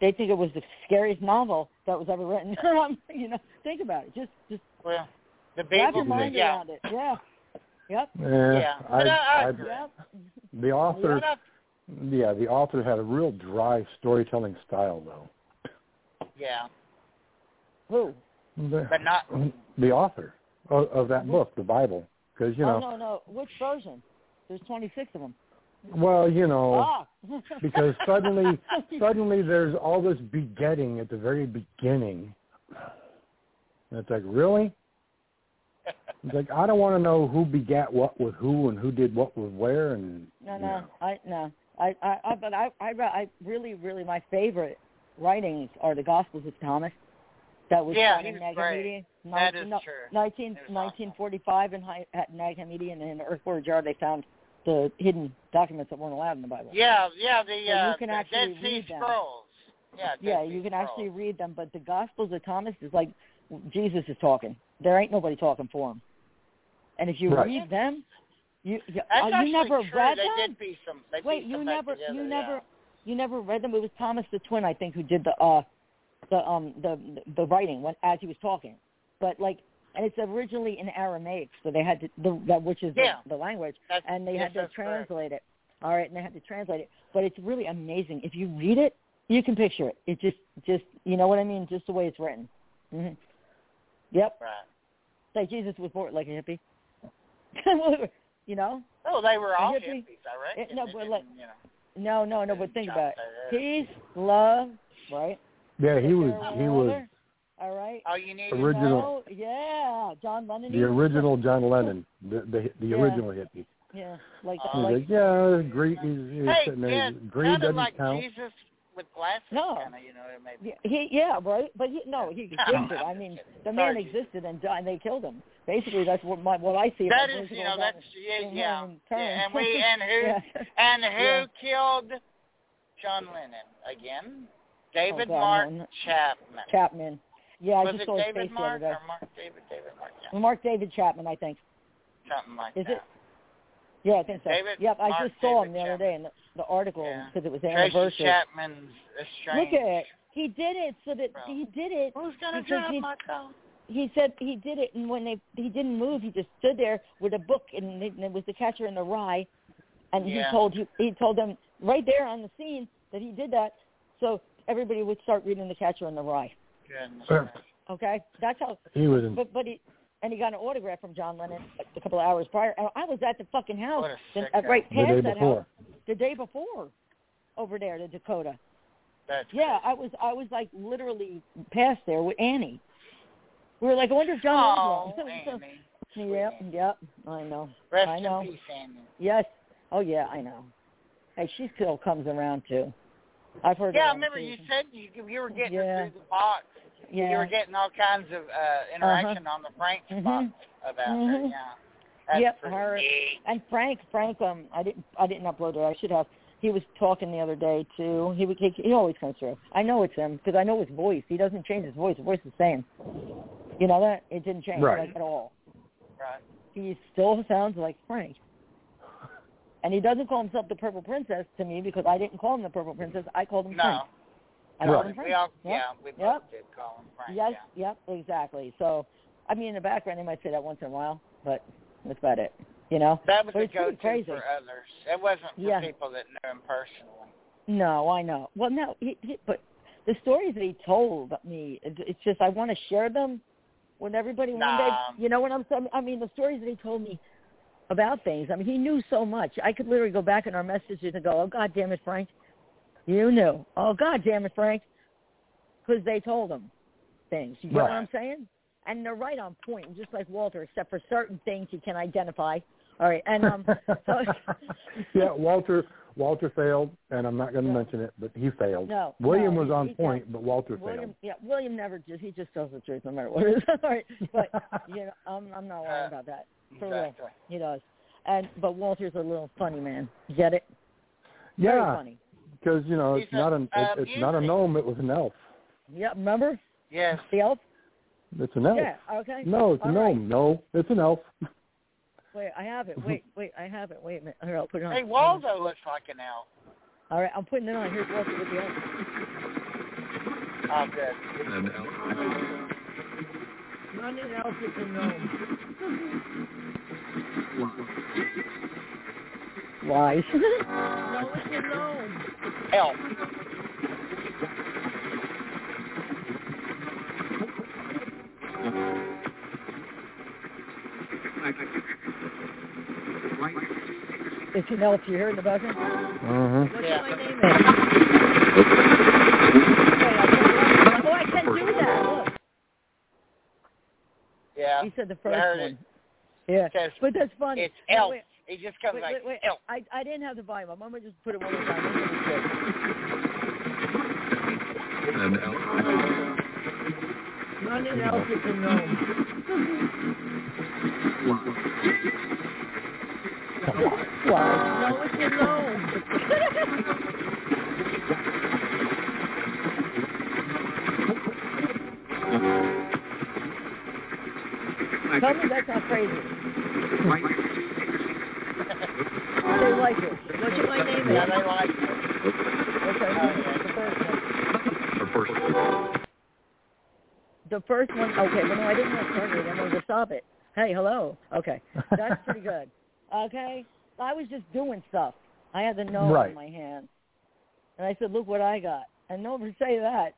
they think it was the scariest novel that was ever written. you know, think about it. Just, just Well, the wrap your Bible. mind yeah. around it. Yeah. Yep. Yeah, Yeah. Eh, I, But I- I I, agree. Yep. the author, Shut up. yeah, the author had a real dry storytelling style, though. Yeah. Who? The, But not. the author of, of that book, the Bible, because you Mm-hmm. oh no, know, no. Which version? There's 26 of them. well, you know, Ah. Oh. because suddenly suddenly there's all this begetting at the very beginning. And it's like, really? It's like I don't want to know who begat what with who and who did what with where and No, no, I no, I, I, I but I, I, re- I really, really, my favorite writings are the Gospels of Thomas. That was Yeah, done he in was Nag great. Hammadi, That 19 is no, true. 19 It was awesome. 1945 in Hi- at Nag Hammadi, and in the earthenware jar they found the hidden documents that weren't allowed in the Bible. Yeah. Yeah. The you uh, can the actually Dead Sea read them. Scrolls. Yeah. Dead Yeah, Sea you can Scrolls. actually read them, but the Gospels of Thomas is like Jesus is talking. There ain't nobody talking for him. And if you Right. read them, you you, That's uh, actually you never true. read they them. did be some. They Wait, pieced you them back never, together, you yeah. never, you never read them. It was Thomas the Twin, I think, who did the uh, the um, the the writing when as he was talking. But like, and it's originally in Aramaic, so they had to, the, that which is Yeah. the, the language, That's, and they yes, had to that's correct. translate it. All right, and they had to translate it. But it's really amazing if you read it, you can picture it. It just, just you know what I mean, just the way it's written. hmm Mm-hmm. Yep. Right. Like Jesus was born like a hippie. you know? Oh, they were all hippie- hippies, I reckon. Yeah, Eh, no, They but didn't, like- you know, No, no, no. didn't But think chop about it. their head. Peace, love, right? Yeah, he Take was care of he one was another, All right. All Oh, you need Orig- original. No, yeah, John Lennon. the even- original John Lennon, the the, the Yeah. original hippie. Yeah, like Uh, He's like like, yeah, greed. He's, he's is hey, sitting there. yeah, greed sounded doesn't like count. Jesus with glasses, No. kind of, you know, maybe. Yeah, he yeah right but he, no he No, existed i I'm just mean kidding. the man Sorry. existed and died and they killed him basically that's what my what i see That about is, you original know, John- that's yeah, John yeah. Lennon yeah. term. And we and who Yeah. and who Yeah. killed John Lennon again? David Oh, God, Mark no, no. Chapman. chapman yeah i Was just it saw his David face Mark the other or Mark David David Mark? day Yeah, mark david chapman i think something like Is that. it- yeah i think so David- yep i Mark just saw David him the other Chapman. day in the, the article Yeah. because it was the Tracy anniversary Chapman's look estranged. at it he did it so that Bro. he did it Who's gonna because drive he- my car? he said he did it, and when they he didn't move, he just stood there with a book, and it, and it was the catcher in the rye, and Yeah. he told he, he told them right there on the scene that he did that, so everybody would start reading the catcher in the rye. Goodness Sure. gracious. Okay, that's how. He was Hmm. in But but he and he got an autograph from John Lennon a couple of hours prior, and I was at the fucking house, What a the- sick uh, right the past day that before. house, the day before, over there to Dakota. That's Yeah, crazy. I was I was like literally past there with Annie. We were like, I wonder if John Oh, Lennon's on. Andy. Yep, yep. I know. Rest I know. in peace, Andy. Yes. Oh yeah, I know. Hey, she still comes around too. I've heard. Yeah, I around, remember too. you said you you were getting Yeah. her through the box. Yeah. Uh-huh. You were getting all kinds of uh interaction on the Frank's Mhm. box about her. Mhm. Yeah. That's Yep, pretty her- neat. and Frank, Frank, um, I didn't, I didn't upload it. I should have. He was talking the other day too. He would- he, he always comes through. I know it's him because I know his voice. He doesn't change his voice. His voice is the same. You know that it didn't change Right. like, at all. Right. He still sounds like Frank. And he doesn't call himself the Purple Princess to me because I didn't call him the Purple Princess. I called him Frank. No. I called Right. him Frank. We all Yep. yeah, we both Yep. did call him Frank. Yes, Yeah. yep, exactly. So, I mean, in the background, they might say that once in a while, but that's about it. You know? That was But a it's pretty go to crazy. for others. It wasn't for Yeah. people that knew him personally. No, I know. Well, no, he, he, but the stories that he told me, it- it's just I want to share them with everybody one day. Nah. You know what I'm saying? I mean, the stories that he told me about things. I mean, he knew so much. I could literally go back in our messages and go, "Oh God damn it, Frank, you knew." Oh God damn it, Frank, because they told him things. You know what Right. I'm saying? And they're right on point, just like Walter, except for certain things he can identify. All right, and um, so, yeah, Walter Walter failed, and I'm not going to mention it, but he failed. No, William no, was he- on he point, but Walter William, yeah, William never just he just tells the truth no matter what it is. All right, but you know, I'm I'm not worried about that. For real. Exactly. He does, and but Walter's a little funny man. Get it? failed. Yeah, Very funny. because you know He's it's not a- an it, uh, it's not a music. gnome, it was an elf. Yeah, remember Yes. the elf? It's an elf. Yeah. Okay. No, it's a All gnome. right. No, it's an elf. Wait, I have it. Wait, wait, I have it. Wait a minute. Here, I'll put it on. Hey Waldo looks like an elf. All right, I'm putting it on. Here's Walter with the elf. Oh good. Not an elf, it's a gnome. Lies. No, it's a gnome. Elf. it's an elf. You hear it in the background? Mm-hmm. hmm What's Yeah. my name? Again? Wait, I can't- oh, I can do that. Look. Yeah. He said the You first heard one. it. Yeah, Says, but that's funny. It's No, elf. wait, He just comes wait, like wait, wait. elf. I I didn't have the volume. up. I'm gonna just put it one more time. Let me just check. Not an elf, it's a gnome. Why? No, it's a gnome. Tell me that's not crazy. they like it. What's my name? Yeah, Again? they like it. That's our Oh, yeah. the first one. The first one. Okay, well, no, I didn't want to start it. I wanted to stop it. Hey, hello. Okay, that's pretty good. Okay, I was just doing stuff. I had the gnome Right. in my hand, and I said, "Look what I got." And don't ever say that.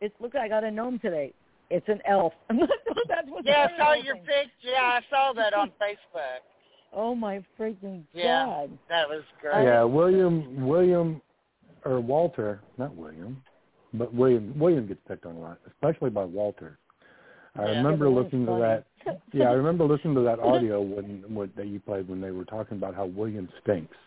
It's look, I got a gnome today. It's an elf. That's what Yeah, the I saw whole your thing- picture. Yeah, I saw that on Facebook. Oh my freaking Yeah. god! That was great. Yeah, William, William, or Walter, not William, but William. William gets picked on a lot, especially by Walter. I Yeah. remember Yeah, that listening to was that. funny. Yeah, I remember listening to that audio when, when that you played when they were talking about how William stinks.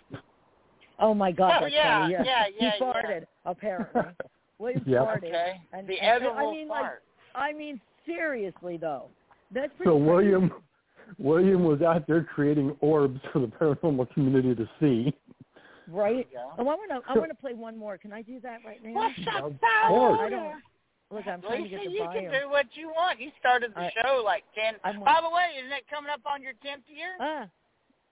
Oh my god! Oh, that's yeah, funny. yeah, yeah, He farted apparently. William Yep. farted. Okay. And, The and so, edible I mean, like, fart. I mean, seriously though, that's pretty. so crazy. William, William was out there creating orbs for the paranormal community to see. right? There you go. Oh, I want to. I want to play one more. Can I do that right now? What's up, Of Tyler? course. I don't. Look, I'm trying to Lisa, get the you volume. can do what you want. You started the I- show like ten. I'm- By the way, isn't it coming up on your tenth year? ah.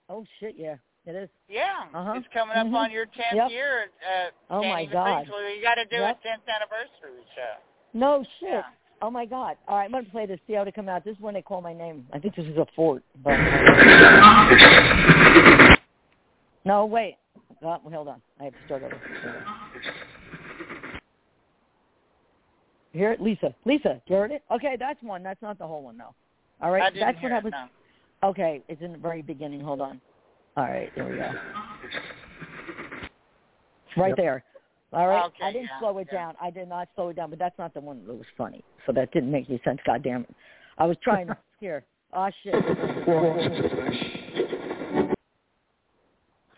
Oh shit! Yeah, it is. yeah, uh-huh. it's coming up Mhm. on your tenth Yep. year. At, uh, Oh, my Danny God. Vasicula. You got to do Yep. a tenth anniversary show. No shit. Yeah. Oh my god. All right, I'm gonna play this, see how they come out. This is when they call my name. I think this is a fort. But no, wait. Oh, hold on. I have to start over. You hear it? Lisa. Lisa, you heard it? Okay, that's one. That's not the whole one though. All right. I didn't that's hear what happens. it, no. Okay, it's in the very beginning. Hold on. All right, there we go. It's Right Yep. there. All right. Okay, I didn't yeah, slow it yeah. down. I did not slow it down, but that's not the one that was funny. So that didn't make any sense. God damn it! I was trying to here. Oh shit.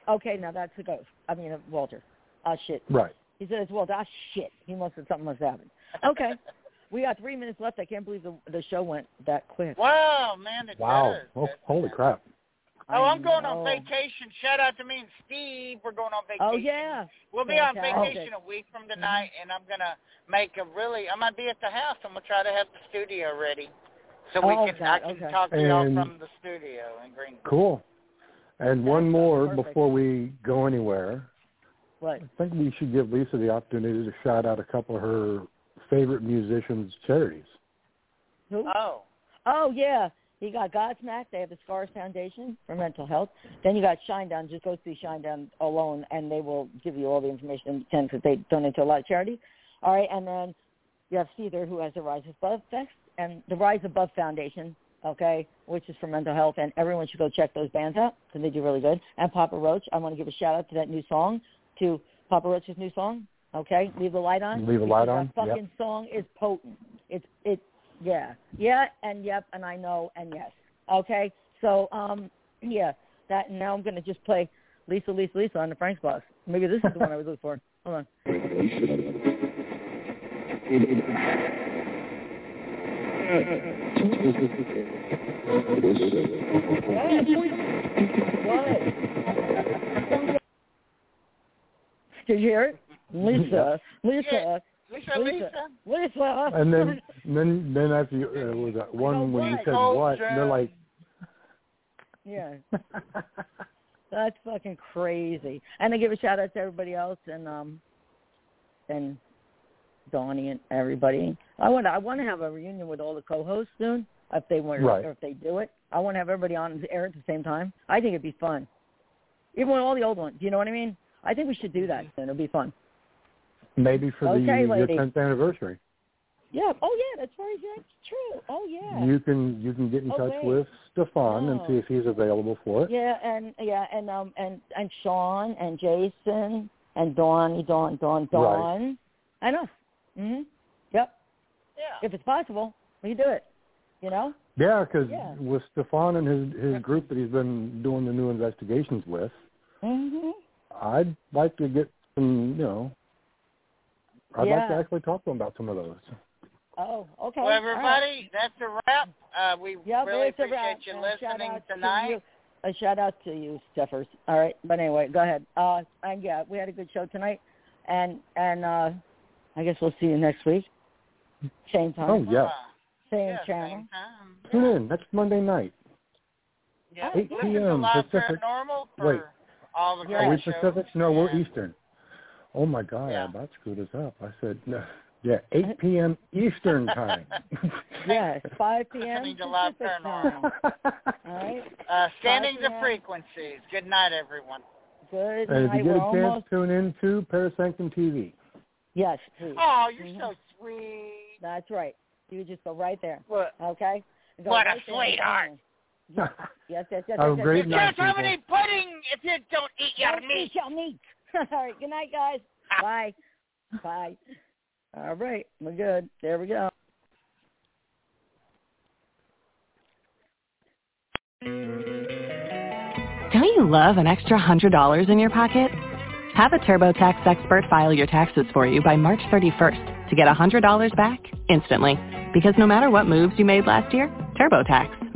Okay, now that's the ghost. I mean, uh, Walter. Oh shit. Right. He said it's Walter. Ah shit. He must have something must have happened. Okay. we got three minutes left. I can't believe the the show went that quick. Wow, man! It Wow. Does. Oh, That's- holy crap. Oh, I'm going on know. vacation. Shout out to me and Steve. We're going on vacation. Oh yeah. We'll be on Fantastic. vacation a week from tonight, and I'm gonna make a really. I'm gonna be at the house. I'm gonna try to have the studio ready, so we Oh, can God, I can okay. talk to y'all And- from the studio in Greenville. Cool. And one That's more perfect. before we go anywhere. What? I think we should give Lisa the opportunity to shout out a couple of her favorite musicians' charities. Who? Oh, Oh yeah, you got Godsmack. They have the Scars Foundation for mental health. Then you got Shinedown. Just go see Shinedown alone, and they will give you all the information in the sense that they donate to a lot of charity. All right, and then you have Cedar, who has the Rise Above Fest and the Rise Above Foundation. Okay, which is for mental health, and everyone should go check those bands out because they do really good. And Papa Roach, I want to give a shout out to that new song, to Papa Roach's new song. Okay, leave the light on. Leave the Because Light that On, yep. fucking song is potent. It's it yeah. Yeah and yep and I know and yes. Okay. So um yeah, that and now I'm gonna just play Lisa Lisa Lisa on the Frank's box. Maybe this is the one I was looking for. Hold on. Yes. What? Did you hear it? Lisa, Lisa, Lisa, Lisa. Lisa. Lisa. And then, then, then after you, uh, was that one when you what? said Oh, what? And they're like, yeah, that's fucking crazy. And I give a shout out to everybody else and um and Donnie and everybody. I want I want to have a reunion with all the co-hosts soon if they want Right. or if they do it. I want to have everybody on the air at the same time. I think it'd be fun. Even with all the old ones, you know what I mean? I think we should do that soon. It'll be fun. maybe for the Okay, your lady. tenth anniversary, Yeah. Oh yeah, that's very that's true. Oh yeah. you can you can get in Oh, touch wait. with Stefan and Oh. see if he's available for it. Yeah, and yeah, and um, and and Sean and Jason and Dawn, Dawn, Dawn, Dawn, and us. Mhm. Yep. Yeah. If it's possible, we can do it. You know. Yeah, because Yeah. with Stefan and his his group that he's been doing the new investigations with, Mhm. I'd like to get some. You know, I'd like to Yeah. actually talk to him about some of those. Oh, okay. Well, All right. everybody, that's a wrap. Uh, we Yep, really it's a wrap. appreciate you And shout listening out to tonight. you. A shout out to you, Steffers. All right, but anyway, go ahead. Uh, and yeah, we had a good show tonight, and and uh, I guess we'll see you next week, same Oh time, yeah, Uh, same yeah, channel. same time. tune in next Monday night. Yeah. 8 Listen to p.m. Live Pacific. Paranormal for Wait. all the Yeah. Are we great shows. Pacific? No, we're Yeah. Eastern. Oh my God, Yeah. I about screwed us up. I said, no. yeah, 8 p.m. Eastern time. Yes, 5 p.m. Listening to Live Pacific Paranormal. time. All right. Uh, standings Bye, of Jan. frequencies. Good night, everyone. Good and if night. you get We're a chance, almost. tune in to Parasanctum TV. Yes, please. Oh, you're Mhm. so sweet. That's right. You would just go right there. What? Okay. Go What a right there. sweetheart. Yes, yes, yes. yes, Have a yes, great yes. night. There's how many pudding if you don't eat your Don't meat. eat your meat. All right. Good night, guys. Bye. Bye. All right. We're good. There we go. Don't you love an extra $100 in your pocket? Have a TurboTax expert file your taxes for you by March 31st to get $100 back instantly. Because no matter what moves you made last year, TurboTax